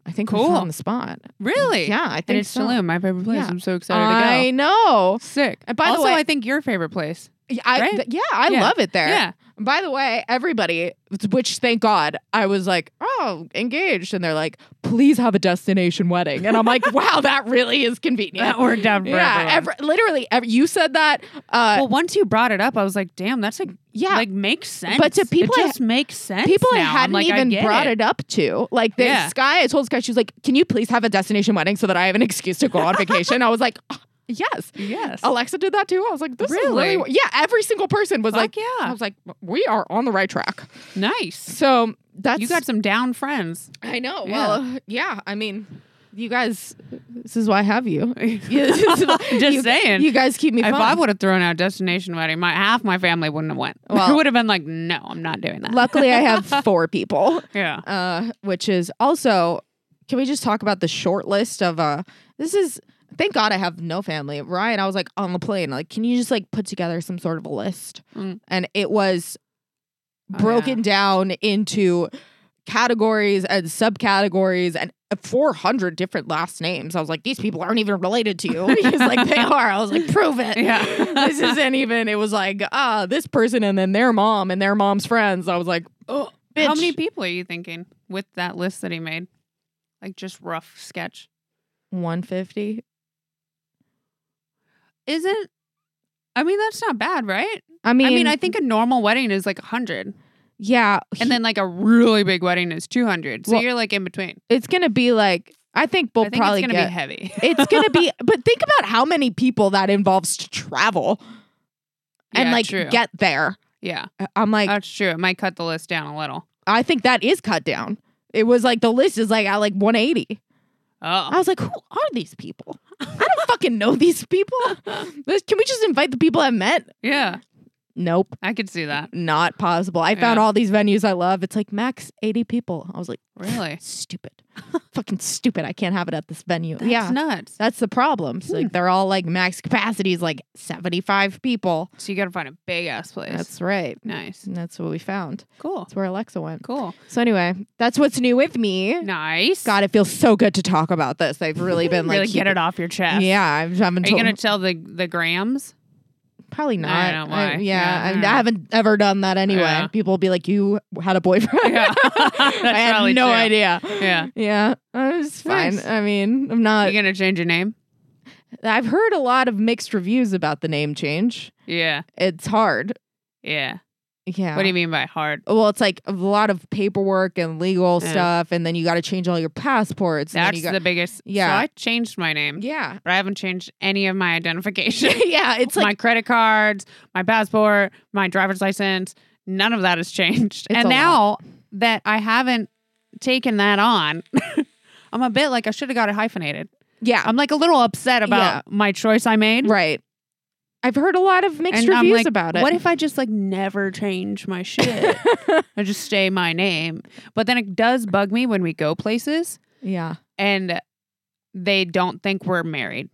Speaker 1: I think we
Speaker 2: Cool.
Speaker 1: found the spot.
Speaker 2: Really?
Speaker 1: Yeah, I
Speaker 2: And
Speaker 1: think
Speaker 2: it's
Speaker 1: so.
Speaker 2: Tulum, my favorite place.
Speaker 1: Yeah.
Speaker 2: I'm so excited
Speaker 1: I
Speaker 2: to go.
Speaker 1: know.
Speaker 2: Sick.
Speaker 1: And by the
Speaker 2: also,
Speaker 1: way-
Speaker 2: I think your favorite place.
Speaker 1: Yeah, I,
Speaker 2: Right?
Speaker 1: th- yeah, I
Speaker 2: Yeah.
Speaker 1: love it there.
Speaker 2: Yeah.
Speaker 1: By the way, everybody, which thank God, I was like, oh, engaged. And they're like, please have a destination wedding. And I'm like, wow, that really is convenient.
Speaker 2: That worked out for
Speaker 1: yeah,
Speaker 2: everyone.
Speaker 1: every, literally, every, you said that. Uh,
Speaker 2: well, once you brought it up, I was like, damn, that's like
Speaker 1: Yeah.
Speaker 2: like makes sense.
Speaker 1: But to people I-
Speaker 2: it just makes sense.
Speaker 1: people I
Speaker 2: now. I'm
Speaker 1: hadn't
Speaker 2: like, I
Speaker 1: even
Speaker 2: get
Speaker 1: brought
Speaker 2: it.
Speaker 1: it. up to. Like the
Speaker 2: Yeah.
Speaker 1: Sky, I told Sky, she was like, can you please have a destination wedding so that I have an excuse to go on vacation? I was like, "Oh, yes.
Speaker 2: Yes.
Speaker 1: Alexa did that too. I was like, this is
Speaker 2: Really?
Speaker 1: really, yeah, every single person was
Speaker 2: Fuck
Speaker 1: like,
Speaker 2: yeah.
Speaker 1: I was like, we are on the right track.
Speaker 2: Nice.
Speaker 1: So that's
Speaker 2: You got some down friends.
Speaker 1: I know.
Speaker 2: Yeah.
Speaker 1: Well, yeah. I mean, you guys. This is why I have you.
Speaker 2: Just
Speaker 1: you,
Speaker 2: saying.
Speaker 1: You guys keep me.
Speaker 2: If
Speaker 1: fun.
Speaker 2: I would have thrown out destination wedding, my half my family wouldn't have went.
Speaker 1: Well-
Speaker 2: I would have been like, no, I'm not doing that.
Speaker 1: Luckily, I have four people,
Speaker 2: yeah.
Speaker 1: uh, which is also. Can we just talk about the short list of? Uh, this is. Thank God I have no family. Ryan, I was like on the plane. Like, can you just like put together some sort of a list?
Speaker 2: Mm.
Speaker 1: And it was
Speaker 2: Oh,
Speaker 1: broken down into categories and subcategories and 400 different last names. I was like, these people aren't even related to you. He's like, they are. I was like, prove it.
Speaker 2: Yeah.
Speaker 1: this isn't even. It was like, ah, this person and then their mom and their mom's friends. I was like, oh, bitch.
Speaker 2: How many people are you thinking with that list that he made? Like just rough sketch.
Speaker 1: 150.
Speaker 2: Isn't I mean that's not bad, right?
Speaker 1: I mean,
Speaker 2: I mean, I think a normal wedding is like 100,
Speaker 1: yeah.
Speaker 2: and then like a really big wedding is 200. So
Speaker 1: Well,
Speaker 2: you're like in between.
Speaker 1: it's going to be like, I think we'll
Speaker 2: I think
Speaker 1: probably
Speaker 2: it's gonna
Speaker 1: get.
Speaker 2: be heavy.
Speaker 1: it's gonna be but think about how many people that involves to travel and
Speaker 2: Yeah,
Speaker 1: like
Speaker 2: true. Uh,
Speaker 1: get there Uh,
Speaker 2: yeah,
Speaker 1: i'm like
Speaker 2: that's true. It might cut the list down a little.
Speaker 1: I think that is cut down. It was like the list is like at like 180. I
Speaker 2: Oh,
Speaker 1: was like, who are these people? I don't fucking know these people. This- Can we just invite the people I met?
Speaker 2: yeah.
Speaker 1: Nope,
Speaker 2: I could see that.
Speaker 1: not possible. I found
Speaker 2: Yeah.
Speaker 1: all these venues I love. It's like max 80 people. I was like,
Speaker 2: Really?
Speaker 1: stupid. Fucking stupid. I can't have it at this venue. yeah.
Speaker 2: It's nuts.
Speaker 1: that's the problem. It's
Speaker 2: Hmm.
Speaker 1: Like they're all like max capacity is like 75 people.
Speaker 2: So you got to find a big ass place.
Speaker 1: That's right.
Speaker 2: nice.
Speaker 1: And that's what we found.
Speaker 2: Cool.
Speaker 1: That's where Alexa went.
Speaker 2: Cool.
Speaker 1: So anyway, that's what's new with me.
Speaker 2: Nice.
Speaker 1: God, it feels so good to talk about this. I've really been like
Speaker 2: really get it off your chest.
Speaker 1: Yeah, I haven't.
Speaker 2: Are you
Speaker 1: told-
Speaker 2: gonna tell the the grams?
Speaker 1: Probably
Speaker 2: I
Speaker 1: not.
Speaker 2: don't know why.
Speaker 1: yeah,
Speaker 2: Yeah, I
Speaker 1: I,
Speaker 2: don't
Speaker 1: I
Speaker 2: know.
Speaker 1: haven't ever done that anyway.
Speaker 2: Yeah.
Speaker 1: People will be like, "You had a boyfriend."
Speaker 2: Yeah. That's
Speaker 1: I had
Speaker 2: probably
Speaker 1: no
Speaker 2: true.
Speaker 1: idea.
Speaker 2: Yeah.
Speaker 1: Yeah, I was fine.
Speaker 2: Nice.
Speaker 1: I mean, I'm not.
Speaker 2: you gonna change your name?
Speaker 1: I've heard a lot of mixed reviews about the name change.
Speaker 2: Yeah.
Speaker 1: It's hard.
Speaker 2: Yeah.
Speaker 1: Yeah.
Speaker 2: What do you mean by hard?
Speaker 1: Well, it's like a lot of paperwork and legal
Speaker 2: Yeah.
Speaker 1: stuff, and then you got to change all your passports. and then
Speaker 2: That's
Speaker 1: you got-
Speaker 2: the biggest.
Speaker 1: Yeah.
Speaker 2: So I changed my name,
Speaker 1: yeah,
Speaker 2: but I haven't changed any of my identification.
Speaker 1: yeah. It's like
Speaker 2: my credit cards, my passport, my driver's license. None of that has changed.
Speaker 1: It's
Speaker 2: and
Speaker 1: a
Speaker 2: now that I haven't taken that on, I'm a bit like I should have got it hyphenated.
Speaker 1: yeah,
Speaker 2: I'm like a little upset about
Speaker 1: Yeah.
Speaker 2: my choice I made.
Speaker 1: right. I've heard a lot of mixed
Speaker 2: And I'm
Speaker 1: reviews
Speaker 2: like,
Speaker 1: about it.
Speaker 2: What if I just like never change my shit? I just stay my name. But then it does bug me when we go places
Speaker 1: yeah.
Speaker 2: and they don't think we're married.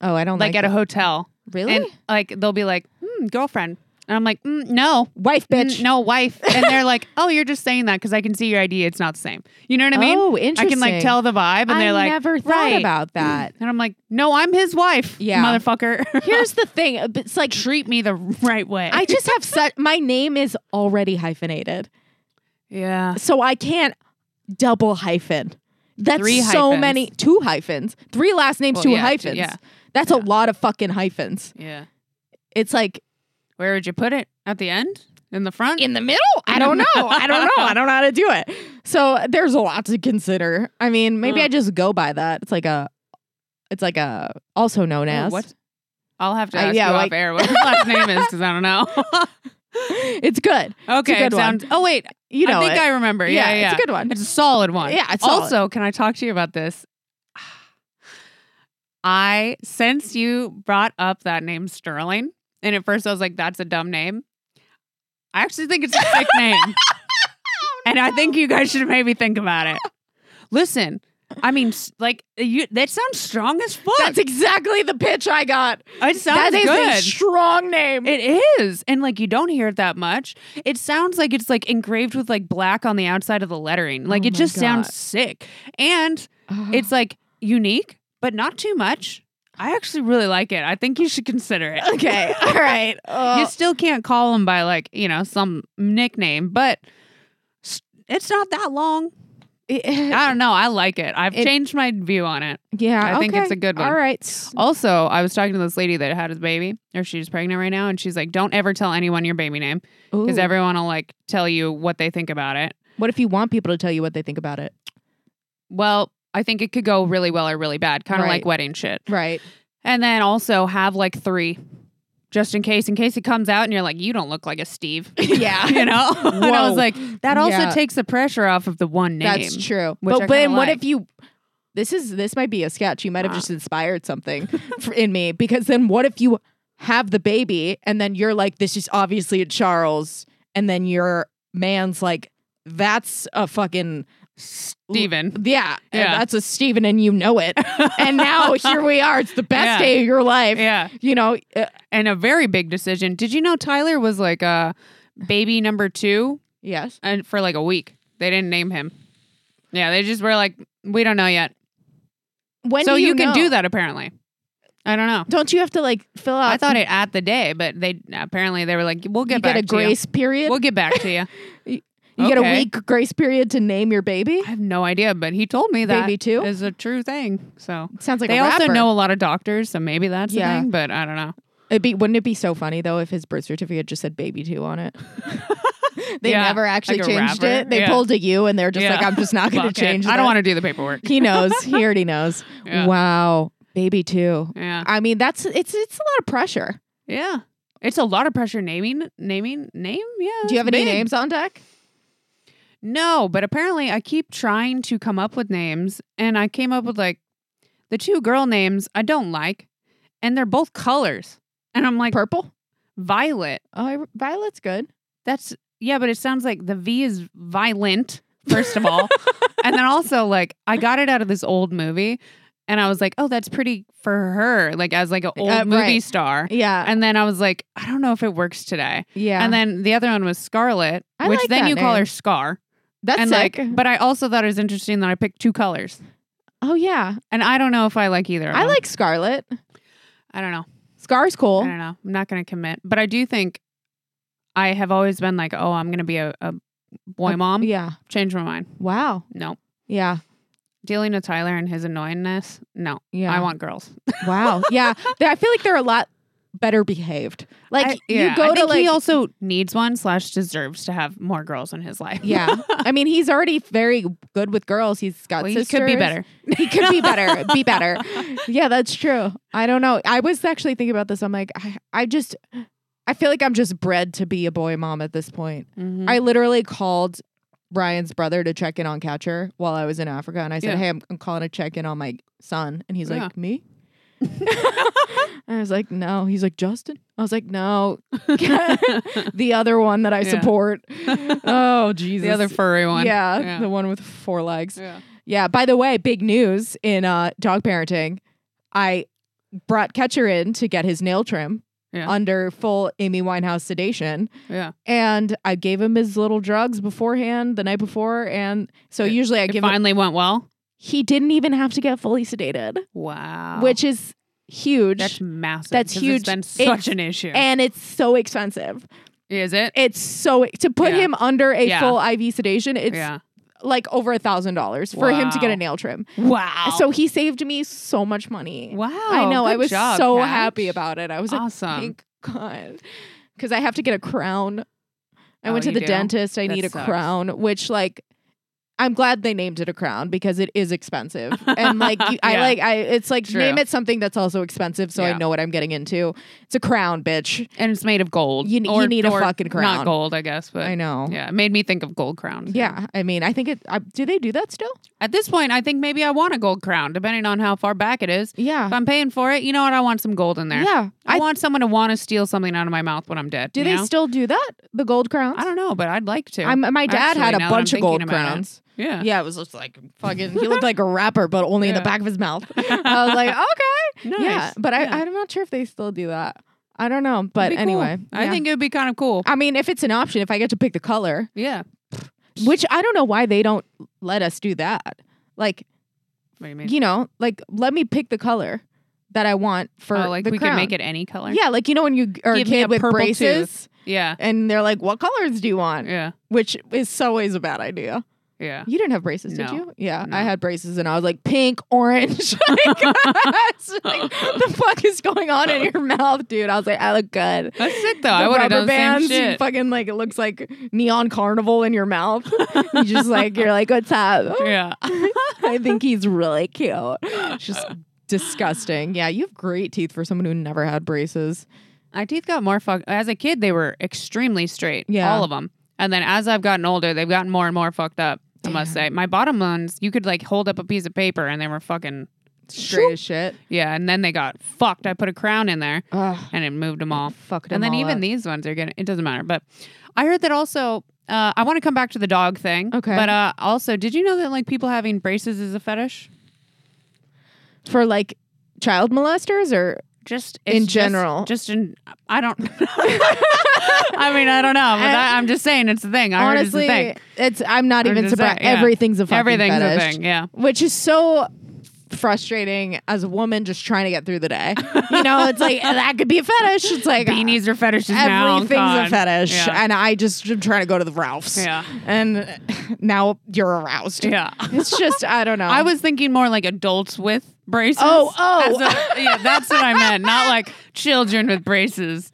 Speaker 1: Oh, I don't
Speaker 2: Like,
Speaker 1: like,
Speaker 2: at
Speaker 1: it.
Speaker 2: a hotel.
Speaker 1: really
Speaker 2: And like they'll be like, mm, girlfriend. And I'm like, mm, no,
Speaker 1: wife
Speaker 2: Mm,
Speaker 1: bitch.
Speaker 2: no wife. And they're like, oh, you're just saying that because I can see your ID. It's not the same. You know what I mean?
Speaker 1: Oh,
Speaker 2: I can like
Speaker 1: interesting.
Speaker 2: tell the vibe. And
Speaker 1: I
Speaker 2: they're like,
Speaker 1: never thought
Speaker 2: right.
Speaker 1: about that.
Speaker 2: And I'm like, no, I'm his wife.
Speaker 1: Yeah.
Speaker 2: Motherfucker.
Speaker 1: Here's the thing. uh, It's like
Speaker 2: Treat me the right way.
Speaker 1: I just have such my name is already hyphenated.
Speaker 2: yeah.
Speaker 1: So I can't double hyphen. That's
Speaker 2: Three
Speaker 1: so
Speaker 2: hyphens.
Speaker 1: many two hyphens. Three last names,
Speaker 2: Well,
Speaker 1: two
Speaker 2: yeah, two-
Speaker 1: hyphens.
Speaker 2: yeah.
Speaker 1: That's a lot of fucking hyphens.
Speaker 2: Yeah.
Speaker 1: It's like
Speaker 2: Where would you put it? At the end? In the front?
Speaker 1: in the middle? I don't know. I don't know. I don't know how to do it. So there's a lot to consider. I mean, maybe
Speaker 2: Huh.
Speaker 1: I just go by that. It's like a it's like a also known
Speaker 2: Oh,
Speaker 1: as
Speaker 2: what? I'll have to
Speaker 1: Uh,
Speaker 2: ask
Speaker 1: yeah,
Speaker 2: you
Speaker 1: like-
Speaker 2: off air what his last name is because I don't know.
Speaker 1: it's good.
Speaker 2: okay,
Speaker 1: good
Speaker 2: it
Speaker 1: one.
Speaker 2: sounds. Oh wait,
Speaker 1: You know,
Speaker 2: I think
Speaker 1: it.
Speaker 2: I remember. Yeah, yeah,
Speaker 1: it's a good one.
Speaker 2: It's a solid one.
Speaker 1: Yeah, it's solid.
Speaker 2: also. Can I talk to you about this? I since you brought up that name Sterling, and at first I was like, "That's a dumb name." I actually think it's a sick name,
Speaker 1: Oh,
Speaker 2: and I think you guys should maybe think about it. Listen, I mean, s- like you, that sounds strong as fuck.
Speaker 1: That's exactly the pitch I got.
Speaker 2: it
Speaker 1: that
Speaker 2: sounds
Speaker 1: is
Speaker 2: good.
Speaker 1: a strong name.
Speaker 2: It is. And like you don't hear it that much. It sounds like it's like engraved with like black on the outside of the lettering. Like
Speaker 1: Oh
Speaker 2: it
Speaker 1: my
Speaker 2: just
Speaker 1: God.
Speaker 2: sounds sick. And it's like unique, but not too much. I actually really like it. I think you should consider it.
Speaker 1: okay. All right.
Speaker 2: you
Speaker 1: Uh,
Speaker 2: still can't call him by like, you know, some nickname, but s- it's not that long.
Speaker 1: eh,
Speaker 2: I don't know. I like it. I've
Speaker 1: It-
Speaker 2: changed my view on it.
Speaker 1: yeah,
Speaker 2: I think it's
Speaker 1: okay.
Speaker 2: a good one.
Speaker 1: All right.
Speaker 2: Also, I was talking to this lady that had his baby, or she's pregnant right now, and she's like, "Don't ever tell anyone your baby name because
Speaker 1: Ooh.
Speaker 2: everyone will like tell you what they think about it."
Speaker 1: what if you want people to tell you what they think about it?
Speaker 2: Well, I think it could go really well or really bad, kind of
Speaker 1: Right.
Speaker 2: like wedding shit.
Speaker 1: Right.
Speaker 2: And then also have like three, just in case, in case it comes out and you're like, "You don't look like a Steve,"
Speaker 1: Yeah.
Speaker 2: you know. and I
Speaker 1: Whoa.
Speaker 2: was like, that also
Speaker 1: Yeah.
Speaker 2: takes the pressure off of the one name.
Speaker 1: That's true.
Speaker 2: which
Speaker 1: But
Speaker 2: I
Speaker 1: but then
Speaker 2: kinda
Speaker 1: what
Speaker 2: like.
Speaker 1: if you this is this might be a sketch. You might have
Speaker 2: Uh.
Speaker 1: just inspired something for, in me because then what if you have the baby and then you're like this is obviously a Charles and then your man's like that's a fucking
Speaker 2: Steven.
Speaker 1: Yeah, and
Speaker 2: Yeah.
Speaker 1: that's a Steven and you know it. and now here we are. It's the best
Speaker 2: Yeah.
Speaker 1: day of your life.
Speaker 2: Yeah,
Speaker 1: You know, uh,
Speaker 2: and a very big decision. Did you know Tyler was like a baby number two
Speaker 1: yes.
Speaker 2: and for like a week. They didn't name him. Yeah, they just were like, we don't know yet.
Speaker 1: When
Speaker 2: so
Speaker 1: do
Speaker 2: you,
Speaker 1: you,
Speaker 2: can
Speaker 1: know?
Speaker 2: do that apparently. I don't know.
Speaker 1: Don't you have to like fill out
Speaker 2: Oh, I thought it at the day, but they apparently they were like, we'll
Speaker 1: Uh, you
Speaker 2: get back
Speaker 1: get a
Speaker 2: to
Speaker 1: grace
Speaker 2: you.
Speaker 1: period?
Speaker 2: We'll get back to you.
Speaker 1: you get a
Speaker 2: okay.
Speaker 1: week grace period to name your baby?
Speaker 2: I have no idea, but he told me that
Speaker 1: Baby too?
Speaker 2: is a true thing. So
Speaker 1: Sounds like
Speaker 2: they
Speaker 1: a
Speaker 2: also
Speaker 1: rapper.
Speaker 2: know a lot of doctors, so maybe that's
Speaker 1: Yeah.
Speaker 2: the thing. But I don't know.
Speaker 1: It'd be wouldn't it be so funny though if his birth certificate just said baby two on it? they
Speaker 2: Yeah,
Speaker 1: never actually
Speaker 2: like a
Speaker 1: changed
Speaker 2: rapper.
Speaker 1: it. They
Speaker 2: Yeah.
Speaker 1: pulled a U and they're just
Speaker 2: Yeah.
Speaker 1: like, I'm just not gonna
Speaker 2: Fuck it.
Speaker 1: change
Speaker 2: I don't want
Speaker 1: to
Speaker 2: to do the paperwork.
Speaker 1: He knows. He already knows.
Speaker 2: Yeah.
Speaker 1: Wow. Baby two.
Speaker 2: Yeah,
Speaker 1: I mean, that's it's it's a lot of pressure.
Speaker 2: yeah. It's a lot of pressure naming, naming, name.
Speaker 1: Do
Speaker 2: Yeah.
Speaker 1: you
Speaker 2: it's
Speaker 1: have any
Speaker 2: big.
Speaker 1: names on deck?
Speaker 2: No, but apparently I keep trying to come up with names, and I came up with like the two girl names I don't like, and they're both colors. And I'm like,
Speaker 1: Purple?
Speaker 2: Violet.
Speaker 1: Oh, I, Violet's good.
Speaker 2: That's yeah, but it sounds like the V is violent, first of all. and then also like I got it out of this old movie and I was like, "Oh, that's pretty for her," like as like an old
Speaker 1: Uh,
Speaker 2: movie
Speaker 1: right.
Speaker 2: star.
Speaker 1: Yeah,
Speaker 2: And then I was like, "I don't know if it works today."
Speaker 1: yeah.
Speaker 2: And then the other one was Scarlet,
Speaker 1: I
Speaker 2: which
Speaker 1: like
Speaker 2: then
Speaker 1: that
Speaker 2: you call
Speaker 1: name.
Speaker 2: her Scar.
Speaker 1: that's
Speaker 2: and
Speaker 1: sick.
Speaker 2: like but I also thought it was interesting that I picked two colors.
Speaker 1: oh yeah,
Speaker 2: And I don't know if I like either of
Speaker 1: I
Speaker 2: them.
Speaker 1: like Scarlet.
Speaker 2: I don't know.
Speaker 1: Scar's cool.
Speaker 2: I don't know. I'm not going to commit, but I do think I have always been like, "Oh, I'm going to be a, a boy
Speaker 1: A-
Speaker 2: mom."
Speaker 1: Yeah.
Speaker 2: Change my mind.
Speaker 1: Wow.
Speaker 2: No.
Speaker 1: Yeah.
Speaker 2: Dealing with Tyler and his annoyingness. No.
Speaker 1: Yeah.
Speaker 2: I want girls.
Speaker 1: Wow. yeah. They- I feel like they're a lot better behaved. Like
Speaker 2: I-
Speaker 1: you
Speaker 2: yeah, I
Speaker 1: go to
Speaker 2: think
Speaker 1: like
Speaker 2: he also needs one slash deserves to have more girls in his life.
Speaker 1: yeah. I mean, he's already very good with girls. He's got
Speaker 2: Well, he
Speaker 1: sisters.
Speaker 2: could be better.
Speaker 1: He could be better. be better. Yeah, that's true. I don't know. I was actually thinking about this. I'm like, I, I just, I feel like I'm just bred to be a boy mom at this point.
Speaker 2: Mm-hmm.
Speaker 1: I literally called Ryan's brother to check in on Catcher while I was in Africa, and I said,
Speaker 2: Yeah.
Speaker 1: "Hey, I'm, I'm calling to check in on my son," and he's
Speaker 2: Yeah.
Speaker 1: like, "Me." I was like, no. He's like, Justin? I was like, no. the other one that I
Speaker 2: Yeah.
Speaker 1: support. Oh, Jesus.
Speaker 2: the other furry one.
Speaker 1: Yeah,
Speaker 2: Yeah.
Speaker 1: the one with four legs. Yeah.
Speaker 2: Yeah.
Speaker 1: By the way, big news in uh, dog parenting. I brought Catcher in to get his nail trim
Speaker 2: Yeah.
Speaker 1: under full Amy Winehouse sedation,
Speaker 2: Yeah.
Speaker 1: and I gave him his little drugs beforehand, the night before, and so
Speaker 2: It-
Speaker 1: usually I
Speaker 2: It
Speaker 1: give him.
Speaker 2: finally went well.
Speaker 1: He didn't even have to get fully sedated,
Speaker 2: Wow.
Speaker 1: which is huge.
Speaker 2: Oh. that's massive.
Speaker 1: that's
Speaker 2: 'cause
Speaker 1: huge.
Speaker 2: It's been
Speaker 1: It's-
Speaker 2: such an issue.
Speaker 1: and it's so expensive.
Speaker 2: Is it?
Speaker 1: It's so to put
Speaker 2: Yeah.
Speaker 1: him under a
Speaker 2: Yeah.
Speaker 1: full IV sedation. It's
Speaker 2: yeah.
Speaker 1: like over a thousand dollars for him to get a
Speaker 2: Wow.
Speaker 1: nail trim.
Speaker 2: Wow.
Speaker 1: So he saved me so much money.
Speaker 2: wow.
Speaker 1: I know. I
Speaker 2: good
Speaker 1: was
Speaker 2: job,
Speaker 1: so
Speaker 2: Patch.
Speaker 1: happy about it. I was like,
Speaker 2: Awesome.
Speaker 1: thank God. Because I have to get a crown. I
Speaker 2: Oh,
Speaker 1: went to
Speaker 2: you
Speaker 1: the
Speaker 2: do?
Speaker 1: dentist. I
Speaker 2: That
Speaker 1: need a
Speaker 2: sucks.
Speaker 1: crown, which, like, I'm glad they named it a crown because it is expensive. And, like, you, I
Speaker 2: Yeah.
Speaker 1: like, I, it's like,
Speaker 2: True.
Speaker 1: name it something that's also expensive so I
Speaker 2: Yeah.
Speaker 1: know what I'm getting into. It's a crown, bitch.
Speaker 2: and it's made of gold.
Speaker 1: You- you need a fucking crown.
Speaker 2: Not gold, I guess, but
Speaker 1: I know.
Speaker 2: Yeah, it made me think of gold crowns.
Speaker 1: Yeah, I mean, I think it. I, do they do that still?
Speaker 2: At this point, I think maybe I want a gold crown, depending on how far back it is. If
Speaker 1: Yeah,
Speaker 2: I'm paying for it, you know what? I want some gold in there.
Speaker 1: yeah.
Speaker 2: I,
Speaker 1: I,
Speaker 2: want someone to want to steal something out of my mouth when I'm dead.
Speaker 1: do
Speaker 2: you
Speaker 1: they
Speaker 2: know?
Speaker 1: still do that? The gold crowns?
Speaker 2: I don't know, but I'd like to.
Speaker 1: I'm, my dad
Speaker 2: Actually,
Speaker 1: had a
Speaker 2: now that
Speaker 1: bunch
Speaker 2: I'm
Speaker 1: of gold
Speaker 2: thinking about it.
Speaker 1: crowns.
Speaker 2: Yeah.
Speaker 1: Yeah, it was just like fucking. He looked like a rapper, but only in the
Speaker 2: Yeah.
Speaker 1: back of his mouth. I was Uh, like, okay,
Speaker 2: Nice.
Speaker 1: yeah. But I,
Speaker 2: Yeah.
Speaker 1: I'm not sure if they still do that. I don't know. But
Speaker 2: Be cool.
Speaker 1: anyway,
Speaker 2: I
Speaker 1: yeah.
Speaker 2: think it would be kind of cool.
Speaker 1: I mean, if it's an option, if I get to pick the color,
Speaker 2: yeah.
Speaker 1: which I don't know why they don't let us do that. Like,
Speaker 2: What do you mean?
Speaker 1: you know, like let me pick the color that I want for
Speaker 2: oh, like
Speaker 1: the
Speaker 2: we
Speaker 1: crown.
Speaker 2: can make it any color.
Speaker 1: Yeah, like you know when you are
Speaker 2: Give
Speaker 1: a
Speaker 2: me
Speaker 1: kid
Speaker 2: a
Speaker 1: with
Speaker 2: purple
Speaker 1: braces
Speaker 2: Yeah.
Speaker 1: and they're like, "What colors do you want?"
Speaker 2: Yeah.
Speaker 1: Which is always a bad idea.
Speaker 2: Yeah.
Speaker 1: You didn't have braces, did
Speaker 2: No.
Speaker 1: you? Yeah,
Speaker 2: No.
Speaker 1: I had braces and I was like pink, orange. like, I was like, the fuck is going on in your mouth, dude? I was like, I look good.
Speaker 2: That's sick though.
Speaker 1: The
Speaker 2: I would have
Speaker 1: rubber
Speaker 2: done the
Speaker 1: bands,
Speaker 2: same
Speaker 1: you
Speaker 2: shit.
Speaker 1: fucking like it looks like neon carnival in your mouth. you just like you're like, what's up?
Speaker 2: yeah.
Speaker 1: I think he's really cute. It's just disgusting. Yeah, you have great teeth for someone who never had braces.
Speaker 2: My teeth got more fucked. As a kid, they were extremely straight.
Speaker 1: Yeah.
Speaker 2: All of them. And then as I've gotten older, they've gotten more and more fucked up. I must say, my bottom ones, you could like hold up a piece of paper and they were fucking
Speaker 1: Straight as shit.
Speaker 2: yeah. And then they got fucked. I put a crown in there
Speaker 1: Ugh.
Speaker 2: and it moved them all.
Speaker 1: Fucked
Speaker 2: and
Speaker 1: them
Speaker 2: then
Speaker 1: all
Speaker 2: even
Speaker 1: up.
Speaker 2: these ones are getting. It doesn't matter. But I heard that also. Uh, I want to come back to the dog thing.
Speaker 1: Okay.
Speaker 2: But uh, also, did you know that like people having braces is a fetish?
Speaker 1: for like child molesters or
Speaker 2: Just
Speaker 1: In
Speaker 2: it's just-
Speaker 1: general.
Speaker 2: Just, in. I don't. I mean, I don't know. But I, I'm just saying it's a thing. I
Speaker 1: honestly,
Speaker 2: heard it's a thing.
Speaker 1: it's, I'm not
Speaker 2: I'm
Speaker 1: even
Speaker 2: just
Speaker 1: surprised.
Speaker 2: saying, yeah.
Speaker 1: Everything's a fucking
Speaker 2: Everything's a
Speaker 1: fetish,
Speaker 2: thing, yeah.
Speaker 1: which is so frustrating as a woman just trying to get through the day. You know, it's like that could be a fetish. It's like
Speaker 2: beanies are fetishes now.
Speaker 1: Everything's a
Speaker 2: God.
Speaker 1: fetish,
Speaker 2: Yeah.
Speaker 1: and I just am trying to go to the Ralphs.
Speaker 2: Yeah.
Speaker 1: and now you're aroused.
Speaker 2: Yeah.
Speaker 1: it's just I don't know.
Speaker 2: I was thinking more like adults with braces.
Speaker 1: Oh, oh.
Speaker 2: As a- yeah, that's what I meant. Not like children with braces.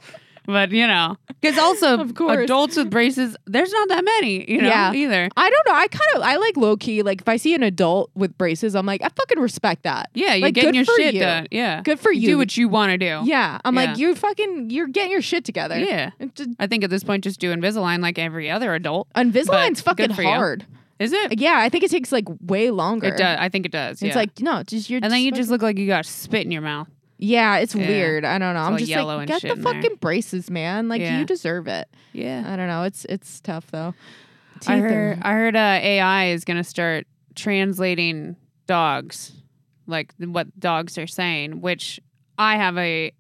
Speaker 2: But you know, because also
Speaker 1: Of course.
Speaker 2: adults with braces, there's not that many, you know,
Speaker 1: Yeah.
Speaker 2: either.
Speaker 1: I don't know. I kind of I like low key. Like if I see an adult with braces, I'm like I fucking respect that.
Speaker 2: Yeah, you're
Speaker 1: Like,
Speaker 2: getting
Speaker 1: good
Speaker 2: your
Speaker 1: for
Speaker 2: shit
Speaker 1: you.
Speaker 2: done. Yeah,
Speaker 1: Good for you.
Speaker 2: Do what you want to do.
Speaker 1: Yeah, I'm
Speaker 2: Oh, Yeah.
Speaker 1: like you fucking you're getting your shit together.
Speaker 2: yeah.
Speaker 1: It just-
Speaker 2: I think at this point, just do Invisalign like every other adult.
Speaker 1: Invisalign's
Speaker 2: But good
Speaker 1: fucking
Speaker 2: for you.
Speaker 1: hard.
Speaker 2: Is it?
Speaker 1: Yeah, I think it takes like way longer.
Speaker 2: It does. I think it does.
Speaker 1: It's
Speaker 2: yeah.
Speaker 1: like no, just you're.
Speaker 2: and then you just
Speaker 1: fucking-
Speaker 2: look like you got spit in your mouth.
Speaker 1: Yeah, it's
Speaker 2: Yeah.
Speaker 1: weird. I don't know. I'm
Speaker 2: all
Speaker 1: just
Speaker 2: yellow
Speaker 1: like
Speaker 2: and
Speaker 1: get
Speaker 2: shit
Speaker 1: the
Speaker 2: in there.
Speaker 1: fucking braces, man. Like
Speaker 2: Yeah.
Speaker 1: you deserve it.
Speaker 2: Yeah.
Speaker 1: I don't know. It's it's tough though.
Speaker 2: I
Speaker 1: Teeth are-
Speaker 2: heard, I heard uh, AI is going to start translating dogs, like th- what dogs are saying, which I have a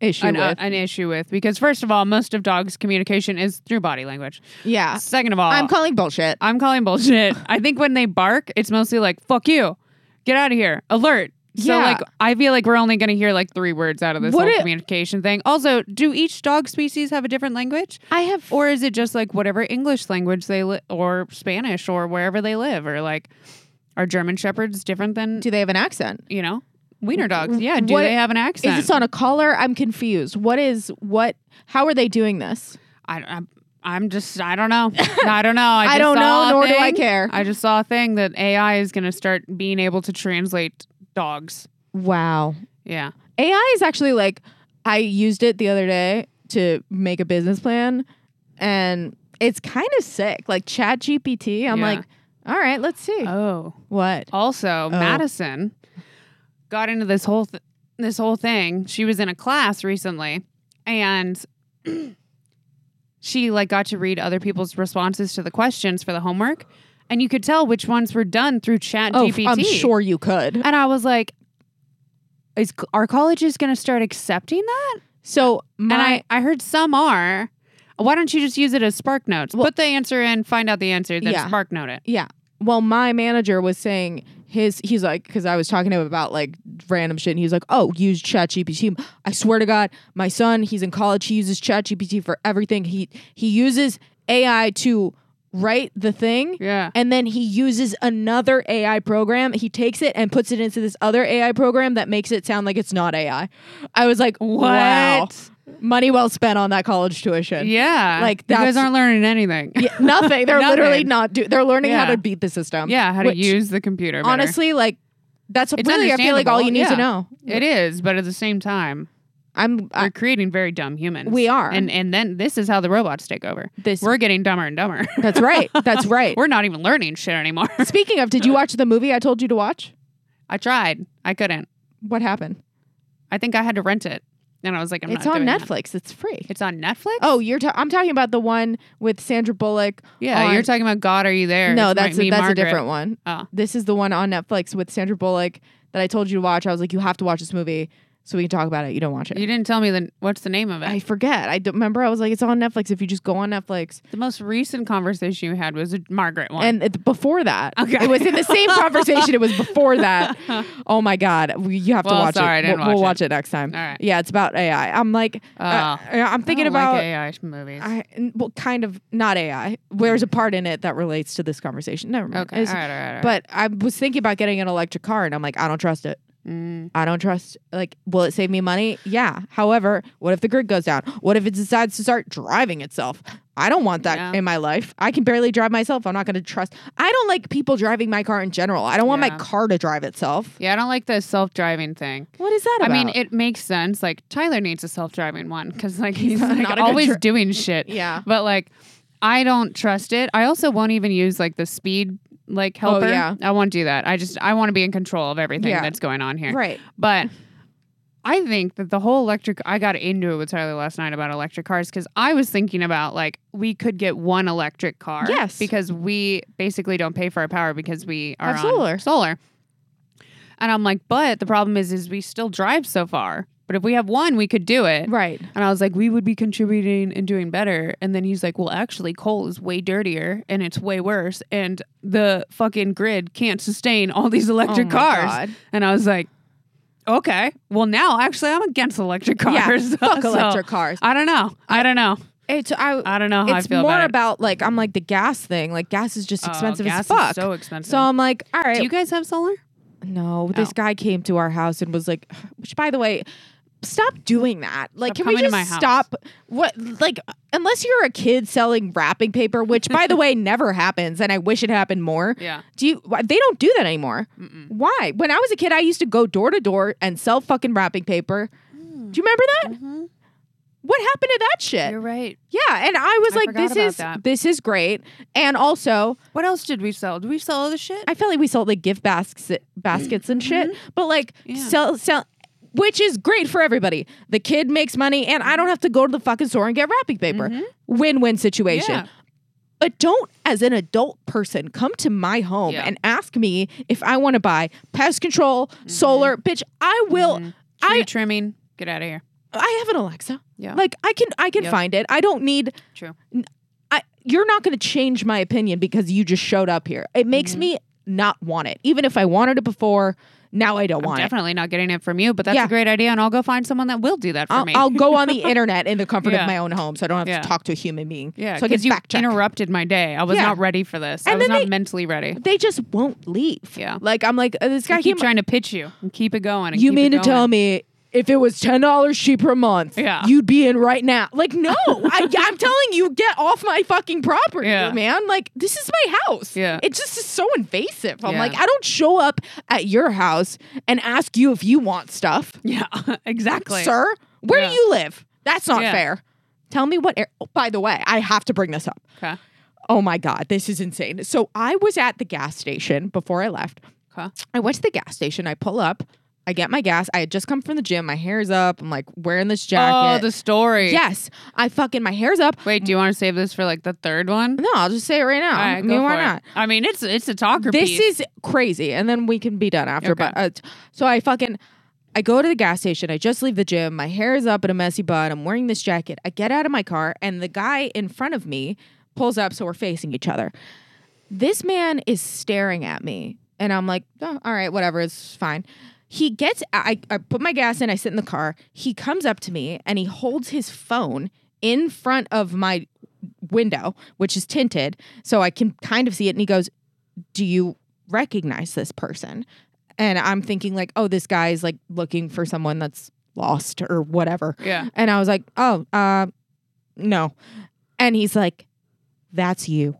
Speaker 1: issue
Speaker 2: an, uh,
Speaker 1: with.
Speaker 2: an issue with because first of all, most of dogs' communication is through body language.
Speaker 1: yeah,
Speaker 2: Second of all,
Speaker 1: Ah. I'm calling bullshit.
Speaker 2: I'm calling bullshit. I think when they bark, it's mostly like "fuck you," "get out of here," "alert." So
Speaker 1: Yeah.
Speaker 2: like, I feel like we're only gonna hear like three words out of this
Speaker 1: What
Speaker 2: whole
Speaker 1: it-
Speaker 2: communication thing. Also, do each dog species have a different language,
Speaker 1: I have
Speaker 2: or is it just like whatever English language they li- or Spanish or wherever they live, or like are German shepherds different than
Speaker 1: Do they have an accent?
Speaker 2: you know wiener dogs? Yeah, do
Speaker 1: What-
Speaker 2: they have an
Speaker 1: Is
Speaker 2: accent?
Speaker 1: this on a collar? I'm confused. What is what? How are they doing this?
Speaker 2: I, I'm, I'm just, I don't know. I don't know. I, just
Speaker 1: don't
Speaker 2: saw
Speaker 1: know,
Speaker 2: a
Speaker 1: nor do I
Speaker 2: thing.
Speaker 1: care.
Speaker 2: I just saw a thing that AI is going to start being able to translate dogs.
Speaker 1: Wow,
Speaker 2: Yeah.
Speaker 1: AI is actually like I used it the other day to make a business plan, and it's kind of sick. Like Chat GPT, I'm
Speaker 2: Yeah.
Speaker 1: like, all right, let's see
Speaker 2: Oh.
Speaker 1: what. Oh.
Speaker 2: Also, Madison got into this whole th- this whole thing. She was in a class recently, and she like got to read other people's responses to the questions for the homework, and you could tell which ones were done through Chat
Speaker 1: Oh,
Speaker 2: GPT.
Speaker 1: I'm sure you could.
Speaker 2: And I was like, is are colleges going to start accepting that?
Speaker 1: So my
Speaker 2: uh, and I, I heard some are. Why don't you just use it as Spark Notes? Put the answer in, find out the answer, then
Speaker 1: Yeah.
Speaker 2: Spark Note it.
Speaker 1: Yeah. Well, my manager was saying his he's like because I was talking to him about like random shit and he was like, "Oh, use ChatGPT." I swear to God, my son, he's in college, he uses ChatGPT for everything. He he uses AI to write the thing.
Speaker 2: Yeah.
Speaker 1: And then he uses another AI program. He takes it and puts it into this other AI program that makes it sound like it's not AI. I was like, "Wow.
Speaker 2: What?
Speaker 1: Money well spent on that college tuition."
Speaker 2: Yeah.
Speaker 1: Like,
Speaker 2: you guys
Speaker 1: that's-
Speaker 2: aren't learning anything. Yeah.
Speaker 1: Yeah, nothing. They're
Speaker 2: Nothing.
Speaker 1: literally not do. They're learning how
Speaker 2: Yeah.
Speaker 1: to beat the system.
Speaker 2: how to
Speaker 1: Which-
Speaker 2: use the computer. better.
Speaker 1: honestly, like that's
Speaker 2: It's
Speaker 1: really I feel like all you need to know.
Speaker 2: understandable. it is, but at the same time,
Speaker 1: I'm
Speaker 2: we're
Speaker 1: I,
Speaker 2: creating very dumb humans.
Speaker 1: We are.
Speaker 2: And and then this is how the robots take over.
Speaker 1: this.
Speaker 2: We're getting dumber and dumber.
Speaker 1: that's right. That's right.
Speaker 2: we're not even learning shit anymore.
Speaker 1: Speaking of, did you watch the movie I told you to watch?
Speaker 2: I tried. I couldn't.
Speaker 1: What happened?
Speaker 2: I think I had to rent it. And I was like, I'm
Speaker 1: it's
Speaker 2: not
Speaker 1: on
Speaker 2: doing that.
Speaker 1: Netflix. It's free.
Speaker 2: It's on Netflix?
Speaker 1: oh, you're. Ta- I'm talking about the one with Sandra Bullock.
Speaker 2: yeah.
Speaker 1: on-
Speaker 2: you're talking about God, Are You There?
Speaker 1: No,
Speaker 2: It's
Speaker 1: that's
Speaker 2: Me,
Speaker 1: a, that's a
Speaker 2: Margaret.
Speaker 1: different one.
Speaker 2: Oh.
Speaker 1: This is the one on Netflix with Sandra Bullock that I told you to watch. I was like, you have to watch this movie so we can talk about it. You don't watch it.
Speaker 2: You didn't tell me the, what's the name of it.
Speaker 1: I forget. I don't- remember I was like, it's on Netflix. If you just go on Netflix,
Speaker 2: the most recent conversation you had was a Margaret one.
Speaker 1: And it, before that,
Speaker 2: Okay.
Speaker 1: it was in the same conversation. It was before that. Oh my God, we, you have to
Speaker 2: Well,
Speaker 1: watch
Speaker 2: sorry,
Speaker 1: it.
Speaker 2: I didn't
Speaker 1: we'll, we'll
Speaker 2: watch
Speaker 1: watch it next time.
Speaker 2: All right.
Speaker 1: Yeah, it's about AI. I'm like, uh,
Speaker 2: Oh.
Speaker 1: I'm thinking
Speaker 2: I don't
Speaker 1: about.
Speaker 2: like AI movies.
Speaker 1: I, n- well, kind of not AI. There's a part in it that relates to this conversation. Never mind.
Speaker 2: okay. All
Speaker 1: It's-
Speaker 2: right, all right, all right.
Speaker 1: But I was thinking about getting an electric car, and I'm like, I don't trust it.
Speaker 2: Mm.
Speaker 1: I don't trust. Like, will it save me money? Yeah. However, what if the grid goes down? What if it decides to start driving itself? I don't want that
Speaker 2: Yeah.
Speaker 1: in my life. I can barely drive myself. I'm not going to trust. I don't like people driving my car in general. I don't want
Speaker 2: Yeah.
Speaker 1: my car to drive itself.
Speaker 2: yeah, I don't like the self-driving thing.
Speaker 1: What is that
Speaker 2: I
Speaker 1: about?
Speaker 2: mean, it makes sense. Like Tyler needs a self-driving one because like he's
Speaker 1: not a
Speaker 2: like,
Speaker 1: good
Speaker 2: always
Speaker 1: dri-
Speaker 2: doing shit.
Speaker 1: Yeah.
Speaker 2: but like I don't trust it. I also won't even use like the speed like helper.
Speaker 1: Oh, yeah.
Speaker 2: I won't do that. I just I want to be in control of everything
Speaker 1: Yeah.
Speaker 2: that's going on here.
Speaker 1: right.
Speaker 2: But I think that the whole electric I got into it with Tyler last night about electric cars because I was thinking about like we could get one electric car.
Speaker 1: Yes.
Speaker 2: Because we basically don't pay for our power because we are
Speaker 1: Have
Speaker 2: on
Speaker 1: solar.
Speaker 2: Solar. And I'm like, but the problem is is we still drive so far. But if we have one, we could do it.
Speaker 1: Right.
Speaker 2: And I was like, we would be contributing and doing better. And then he's like, well, actually, coal is way dirtier and it's way worse. And the fucking grid can't sustain all these electric
Speaker 1: Oh my
Speaker 2: cars.
Speaker 1: God.
Speaker 2: And I was like, okay. Well, now actually, I'm against electric
Speaker 1: Yeah,
Speaker 2: cars.
Speaker 1: fuck
Speaker 2: So,
Speaker 1: electric cars.
Speaker 2: I don't know. I don't know.
Speaker 1: It's I.
Speaker 2: Oh, I don't know how
Speaker 1: it's
Speaker 2: I feel
Speaker 1: more
Speaker 2: about,
Speaker 1: about like I'm like the gas thing. Like gas is just
Speaker 2: it.
Speaker 1: expensive
Speaker 2: oh, gas
Speaker 1: as fuck.
Speaker 2: Is so expensive.
Speaker 1: so I'm like, all right.
Speaker 2: do you guys have solar?
Speaker 1: No, this
Speaker 2: Oh.
Speaker 1: guy came to our house and was like, which by the way, stop doing that. Like,
Speaker 2: Stop
Speaker 1: can we
Speaker 2: coming to
Speaker 1: just
Speaker 2: my house.
Speaker 1: stop? What, like, unless you're a kid selling wrapping paper, which by the way, never happens. And I wish it happened more.
Speaker 2: Yeah.
Speaker 1: Do you, why- they don't do that anymore. Why? When I was a kid, I used to go door to door and sell fucking wrapping paper.
Speaker 2: Hmm.
Speaker 1: Do you remember that? What happened to that shit?
Speaker 2: right.
Speaker 1: yeah. And I was
Speaker 2: I
Speaker 1: like,
Speaker 2: forgot
Speaker 1: this
Speaker 2: about
Speaker 1: is,
Speaker 2: that.
Speaker 1: this is great. And also,
Speaker 2: What else did we sell? Did we sell other shit?
Speaker 1: I felt like we sold like gift baskets, baskets and shit. But like
Speaker 2: Mm-hmm. Yeah.
Speaker 1: sell sell which is great for everybody. The kid makes money, and I don't have to go to the fucking store and get wrapping paper. Win win situation.
Speaker 2: Mm-hmm. Yeah.
Speaker 1: But don't, as an adult person, come to my home
Speaker 2: Yeah.
Speaker 1: and ask me if I want to buy pest control,
Speaker 2: Mm-hmm.
Speaker 1: solar. Bitch, I will.
Speaker 2: Tree
Speaker 1: I
Speaker 2: trimming. Get out of here.
Speaker 1: I have an Alexa.
Speaker 2: Yeah.
Speaker 1: Like I can I can
Speaker 2: Yep.
Speaker 1: find it. I don't need
Speaker 2: True.
Speaker 1: I you're not going to change my opinion because you just showed up here. It makes
Speaker 2: Mm-hmm.
Speaker 1: me not want it. Even if I wanted it before, now I don't want it.
Speaker 2: Definitely not getting it from you, but that's
Speaker 1: Yeah.
Speaker 2: a great idea, and I'll go find someone that will do that for
Speaker 1: I'll,
Speaker 2: me.
Speaker 1: I'll go on the internet in the comfort
Speaker 2: Yeah.
Speaker 1: of my own home, so I don't have
Speaker 2: Yeah.
Speaker 1: to talk to a human being.
Speaker 2: yeah,
Speaker 1: so I can
Speaker 2: because you
Speaker 1: fact check.
Speaker 2: interrupted my day. I was
Speaker 1: Yeah.
Speaker 2: not ready for this. I
Speaker 1: And
Speaker 2: was
Speaker 1: then
Speaker 2: not
Speaker 1: they-
Speaker 2: mentally ready.
Speaker 1: they just won't leave.
Speaker 2: Yeah.
Speaker 1: like I'm like uh, this guy.
Speaker 2: I keep
Speaker 1: came-
Speaker 2: trying to pitch you and keep it going. and
Speaker 1: you
Speaker 2: keep
Speaker 1: mean
Speaker 2: it
Speaker 1: to tell
Speaker 2: going.
Speaker 1: me if it was ten dollars cheaper a month,
Speaker 2: Yeah.
Speaker 1: you'd be in right now? Like no, I, I'm telling you, get off my fucking property,
Speaker 2: Yeah.
Speaker 1: man. Like this is my house.
Speaker 2: Yeah.
Speaker 1: it just is so invasive. I'm
Speaker 2: Yeah.
Speaker 1: like, I don't show up at your house and ask you if you want stuff,
Speaker 2: Yeah, exactly.
Speaker 1: sir. Where
Speaker 2: Yeah.
Speaker 1: do you live? That's not
Speaker 2: Yeah.
Speaker 1: fair. Tell me what. Air- oh, by the way, I have to bring this up.
Speaker 2: Okay.
Speaker 1: Oh my God, this is insane. So I was at the gas station before I left.
Speaker 2: Okay.
Speaker 1: I went to the gas station. I pull up. I get my gas. I had just come from the gym. My hair's up. I'm like wearing this
Speaker 2: Oh,
Speaker 1: jacket.
Speaker 2: the story.
Speaker 1: yes. I fucking my hair's up.
Speaker 2: Wait, do you want to save this for like the third one?
Speaker 1: No, I'll just say it right now.
Speaker 2: All right,
Speaker 1: I
Speaker 2: go
Speaker 1: mean, why
Speaker 2: for it.
Speaker 1: not?
Speaker 2: I mean, it's it's a talker
Speaker 1: This
Speaker 2: piece.
Speaker 1: is crazy. And then we can be done after.
Speaker 2: Okay.
Speaker 1: But uh, t- so I fucking I go to the gas station. I just leave the gym. My hair is up in a messy bun. I'm wearing this jacket. I get out of my car, and the guy in front of me pulls up, so we're facing each other. This man is staring at me, and I'm like, oh, all right, whatever, it's fine. He gets, I, I put my gas in, I sit in the car. He comes up to me and he holds his phone in front of my window, which is tinted, so I can kind of see it. And he goes, Do you recognize this person? And I'm thinking, like, oh, this guy is like looking for someone that's lost or whatever.
Speaker 2: yeah.
Speaker 1: And I was like, oh, uh, no. And he's like, that's you.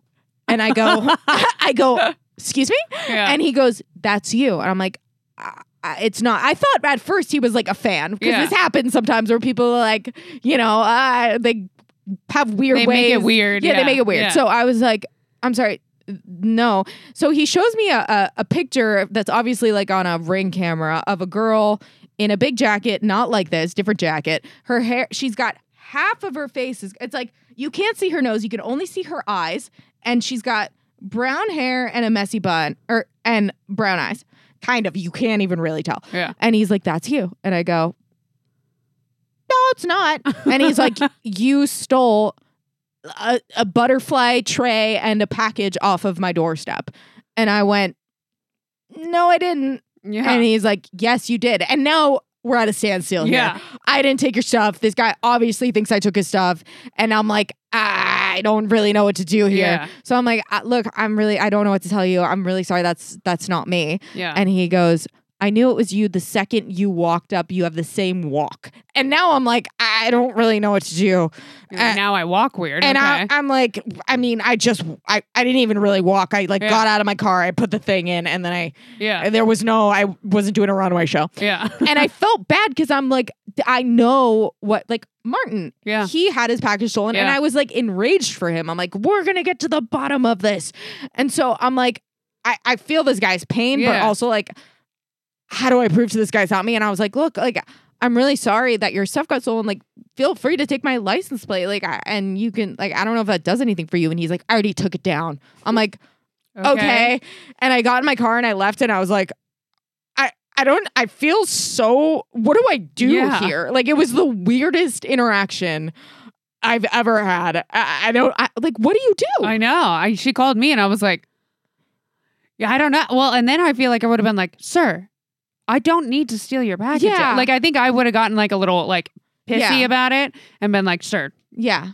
Speaker 1: And I go, I go, excuse me?
Speaker 2: Yeah.
Speaker 1: And he goes, that's you. And I'm like, I, I, it's not. I thought at first he was like a fan because
Speaker 2: Yeah.
Speaker 1: this happens sometimes where people are like, you know, uh, they have weird
Speaker 2: They
Speaker 1: ways.
Speaker 2: make it weird.
Speaker 1: Yeah, they make it weird.
Speaker 2: Yeah.
Speaker 1: So I was like, I'm sorry. No. So he shows me a, a, a picture that's obviously like on a ring camera of a girl in a big jacket, not like this, different jacket. Her hair, she's got half of her face is, it's like you can't see her nose, you can only see her eyes. And she's got brown hair and a messy bun, or, and brown eyes. Kind of, you can't even really tell.
Speaker 2: Yeah.
Speaker 1: And he's like, That's you. And I go, No, it's not. And he's like, You stole a, a butterfly tray and a package off of my doorstep. And I went, No, I didn't.
Speaker 2: yeah.
Speaker 1: And he's like, Yes, you did. And now we're at a standstill here.
Speaker 2: Yeah.
Speaker 1: I didn't take your stuff. This guy obviously thinks I took his stuff. And I'm like, I don't really know what to do here.
Speaker 2: Yeah.
Speaker 1: So I'm like, "Uh, look, I'm really, I don't know what to tell you. I'm really sorry. That's, that's not me.
Speaker 2: yeah.
Speaker 1: And he goes, I knew it was you the second you walked up. You have the same walk. And now I'm like, I don't really know what to do.
Speaker 2: You're like,
Speaker 1: uh,
Speaker 2: now I walk weird.
Speaker 1: And
Speaker 2: okay.
Speaker 1: I, I'm like, I mean, I just, I, I didn't even really walk. I like
Speaker 2: Yeah.
Speaker 1: got out of my car, I put the thing in, and then I,
Speaker 2: yeah.
Speaker 1: there was no, I wasn't doing a runway show.
Speaker 2: Yeah.
Speaker 1: and I felt bad because I'm like, d- I know what, like Martin,
Speaker 2: Yeah.
Speaker 1: he had his package stolen, and
Speaker 2: Yeah.
Speaker 1: I was like enraged for him. I'm like, we're gonna get to the bottom of this, and so I'm like, I, I feel this guy's pain, but
Speaker 2: Yeah.
Speaker 1: also like, how do I prove to this guy it's not me? And I was like, look, like. I'm really sorry that your stuff got stolen. Like, feel free to take my license plate. Like, I, and you can, like, I don't know if that does anything for you. And he's like, I already took it down. I'm like, okay. And I got in my car and I left and I was like, I I don't I feel so what do I do
Speaker 2: Yeah.
Speaker 1: here? Like it was the weirdest interaction I've ever had. I, I don't I, like what do you do?
Speaker 2: I know. I she called me and I was like, yeah, I don't know. Well, and then I feel like I would have been like, sir, I don't need to steal your package.
Speaker 1: Yeah.
Speaker 2: Like I think I would have gotten like a little like pissy
Speaker 1: Yeah.
Speaker 2: about it and been like, sir,
Speaker 1: yeah.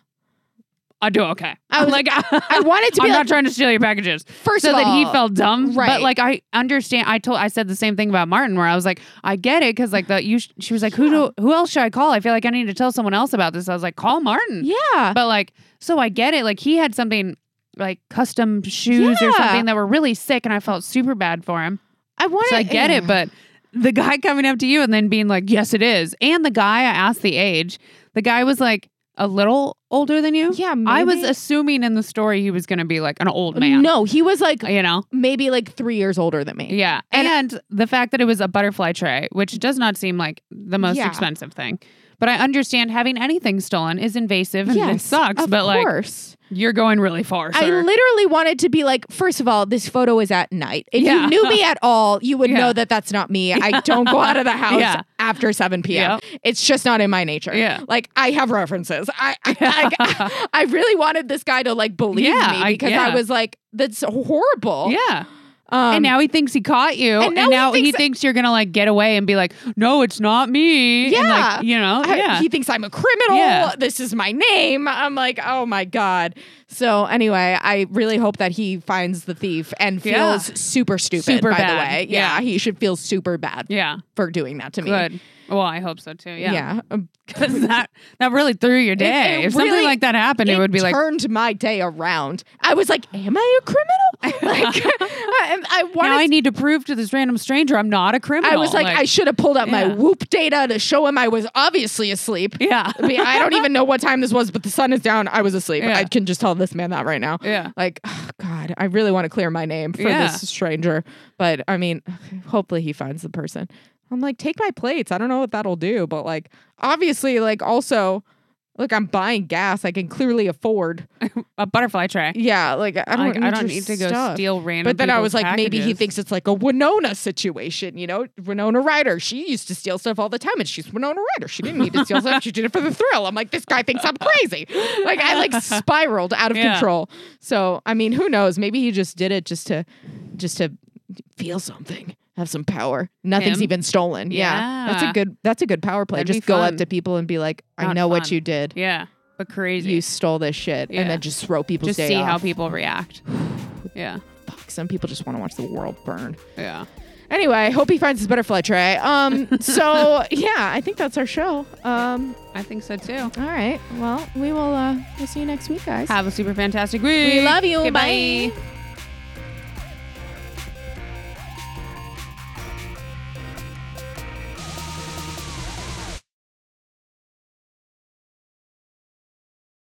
Speaker 2: I do okay.
Speaker 1: I was-
Speaker 2: like
Speaker 1: I wanted to be
Speaker 2: I'm
Speaker 1: like
Speaker 2: not trying to steal your packages.
Speaker 1: first
Speaker 2: so
Speaker 1: of
Speaker 2: that he
Speaker 1: all-
Speaker 2: felt dumb.
Speaker 1: Right.
Speaker 2: But like I understand. I told I said the same thing about Martin, where I was like, I get it because like the you. Sh- she was like, who do who else should I call? I feel like I need to tell someone else about this. I was like, call Martin.
Speaker 1: Yeah.
Speaker 2: But like, so I get it. Like he had something like custom shoes or
Speaker 1: Yeah.
Speaker 2: something that were really sick, and I felt super bad for him.
Speaker 1: I wanted
Speaker 2: So I get it, but the guy coming up to you and then being like, "Yes, it is," and the guy I asked the age, the guy was like, a little older than you?
Speaker 1: Yeah,
Speaker 2: I was
Speaker 1: maybe.
Speaker 2: assuming in the story he was going to be like an old man.
Speaker 1: No, he was like
Speaker 2: You know?
Speaker 1: maybe like three years older than me.
Speaker 2: Yeah. And, the fact that it was a butterfly tray, which does not seem like the most
Speaker 1: Yeah.
Speaker 2: expensive thing. But I understand having anything stolen is invasive and it sucks,
Speaker 1: of
Speaker 2: but like
Speaker 1: course.
Speaker 2: you're going really far.
Speaker 1: I
Speaker 2: sir.
Speaker 1: literally wanted to be like, first of all, this photo is at night. If
Speaker 2: Yeah.
Speaker 1: you knew me at all, you would
Speaker 2: Yeah.
Speaker 1: know that that's not me. I don't go out of the house
Speaker 2: Yeah.
Speaker 1: after 7 p.m.
Speaker 2: Yep.
Speaker 1: It's just not in my nature.
Speaker 2: Yeah.
Speaker 1: Like, I have references. I, I, I, I really wanted this guy to like believe
Speaker 2: Yeah, I-
Speaker 1: me because I,
Speaker 2: yeah.
Speaker 1: was like, that's horrible.
Speaker 2: yeah.
Speaker 1: Um,
Speaker 2: and now he thinks he caught you.
Speaker 1: and
Speaker 2: And now,
Speaker 1: now he
Speaker 2: he, thinks
Speaker 1: thinks-
Speaker 2: you're going to like get away and be like, no, it's not me. And,
Speaker 1: Yeah.
Speaker 2: like, you know?
Speaker 1: I-
Speaker 2: yeah.
Speaker 1: he thinks I'm a criminal.
Speaker 2: Yeah.
Speaker 1: This is my name. I'm like, oh my God. So anyway, I really hope that he finds the thief and
Speaker 2: Yeah.
Speaker 1: feels super stupid,
Speaker 2: Super
Speaker 1: by the
Speaker 2: bad.
Speaker 1: way. Yeah,
Speaker 2: Yeah.
Speaker 1: He should feel super bad
Speaker 2: yeah.
Speaker 1: for doing that to me.
Speaker 2: Good. Well, I hope so too. Yeah.
Speaker 1: Yeah. Um,
Speaker 2: Because that, that really threw your day.
Speaker 1: it
Speaker 2: if something
Speaker 1: really-
Speaker 2: like that happened, it, would be like,
Speaker 1: turned my day around. I was like, am I a criminal? like I, I wanted
Speaker 2: now I need to prove to this random stranger I'm not a criminal.
Speaker 1: I was like, I should have pulled up my
Speaker 2: Yeah.
Speaker 1: whoop data to show him I was obviously asleep.
Speaker 2: Yeah.
Speaker 1: I mean, I don't even know what time this was, but the sun is down. I was asleep.
Speaker 2: Yeah.
Speaker 1: I can just tell this man that right now.
Speaker 2: Yeah.
Speaker 1: Like, oh, God, I really want to clear my name for
Speaker 2: Yeah.
Speaker 1: this stranger. But I mean, hopefully he finds the person. I'm like, take my plates. I don't know what that'll do. But like, obviously, like, also, look, I'm buying gas. I can clearly afford.
Speaker 2: a butterfly tray.
Speaker 1: Yeah. Like, I don't,
Speaker 2: Like,
Speaker 1: need,
Speaker 2: I don't
Speaker 1: your
Speaker 2: need to go
Speaker 1: stuff.
Speaker 2: steal random.
Speaker 1: But then I
Speaker 2: people's
Speaker 1: was like, maybe he
Speaker 2: packages.
Speaker 1: thinks it's like a Winona situation, you know? Winona Ryder, she used to steal stuff all the time, and she's Winona Ryder. She didn't need to steal stuff; she did it for the thrill. I'm like, this guy thinks I'm crazy. Like I like spiraled out of
Speaker 2: Yeah.
Speaker 1: control. So I mean, who knows? Maybe he just did it just to, just to feel something, have some power. Nothing's
Speaker 2: Him?
Speaker 1: even stolen. Yeah. that's a
Speaker 2: Yeah.
Speaker 1: good. That's a good power play.
Speaker 2: That'd be
Speaker 1: just go up
Speaker 2: fun.
Speaker 1: to people and be like, I
Speaker 2: Not
Speaker 1: know what
Speaker 2: fun.
Speaker 1: you did.
Speaker 2: yeah, but crazy.
Speaker 1: You stole this shit,
Speaker 2: Yeah.
Speaker 1: and then just throw people's
Speaker 2: just
Speaker 1: day
Speaker 2: see how
Speaker 1: off.
Speaker 2: people react. yeah,
Speaker 1: Fuck, some people just want to watch the world burn.
Speaker 2: yeah.
Speaker 1: Anyway, I hope he finds his butterfly tray. Um, so yeah, I think that's our show. Um,
Speaker 2: I think so too.
Speaker 1: all right. Well, we will uh, we'll see you next week, guys.
Speaker 2: Have a super fantastic week.
Speaker 1: we love you.
Speaker 2: Okay,
Speaker 1: bye.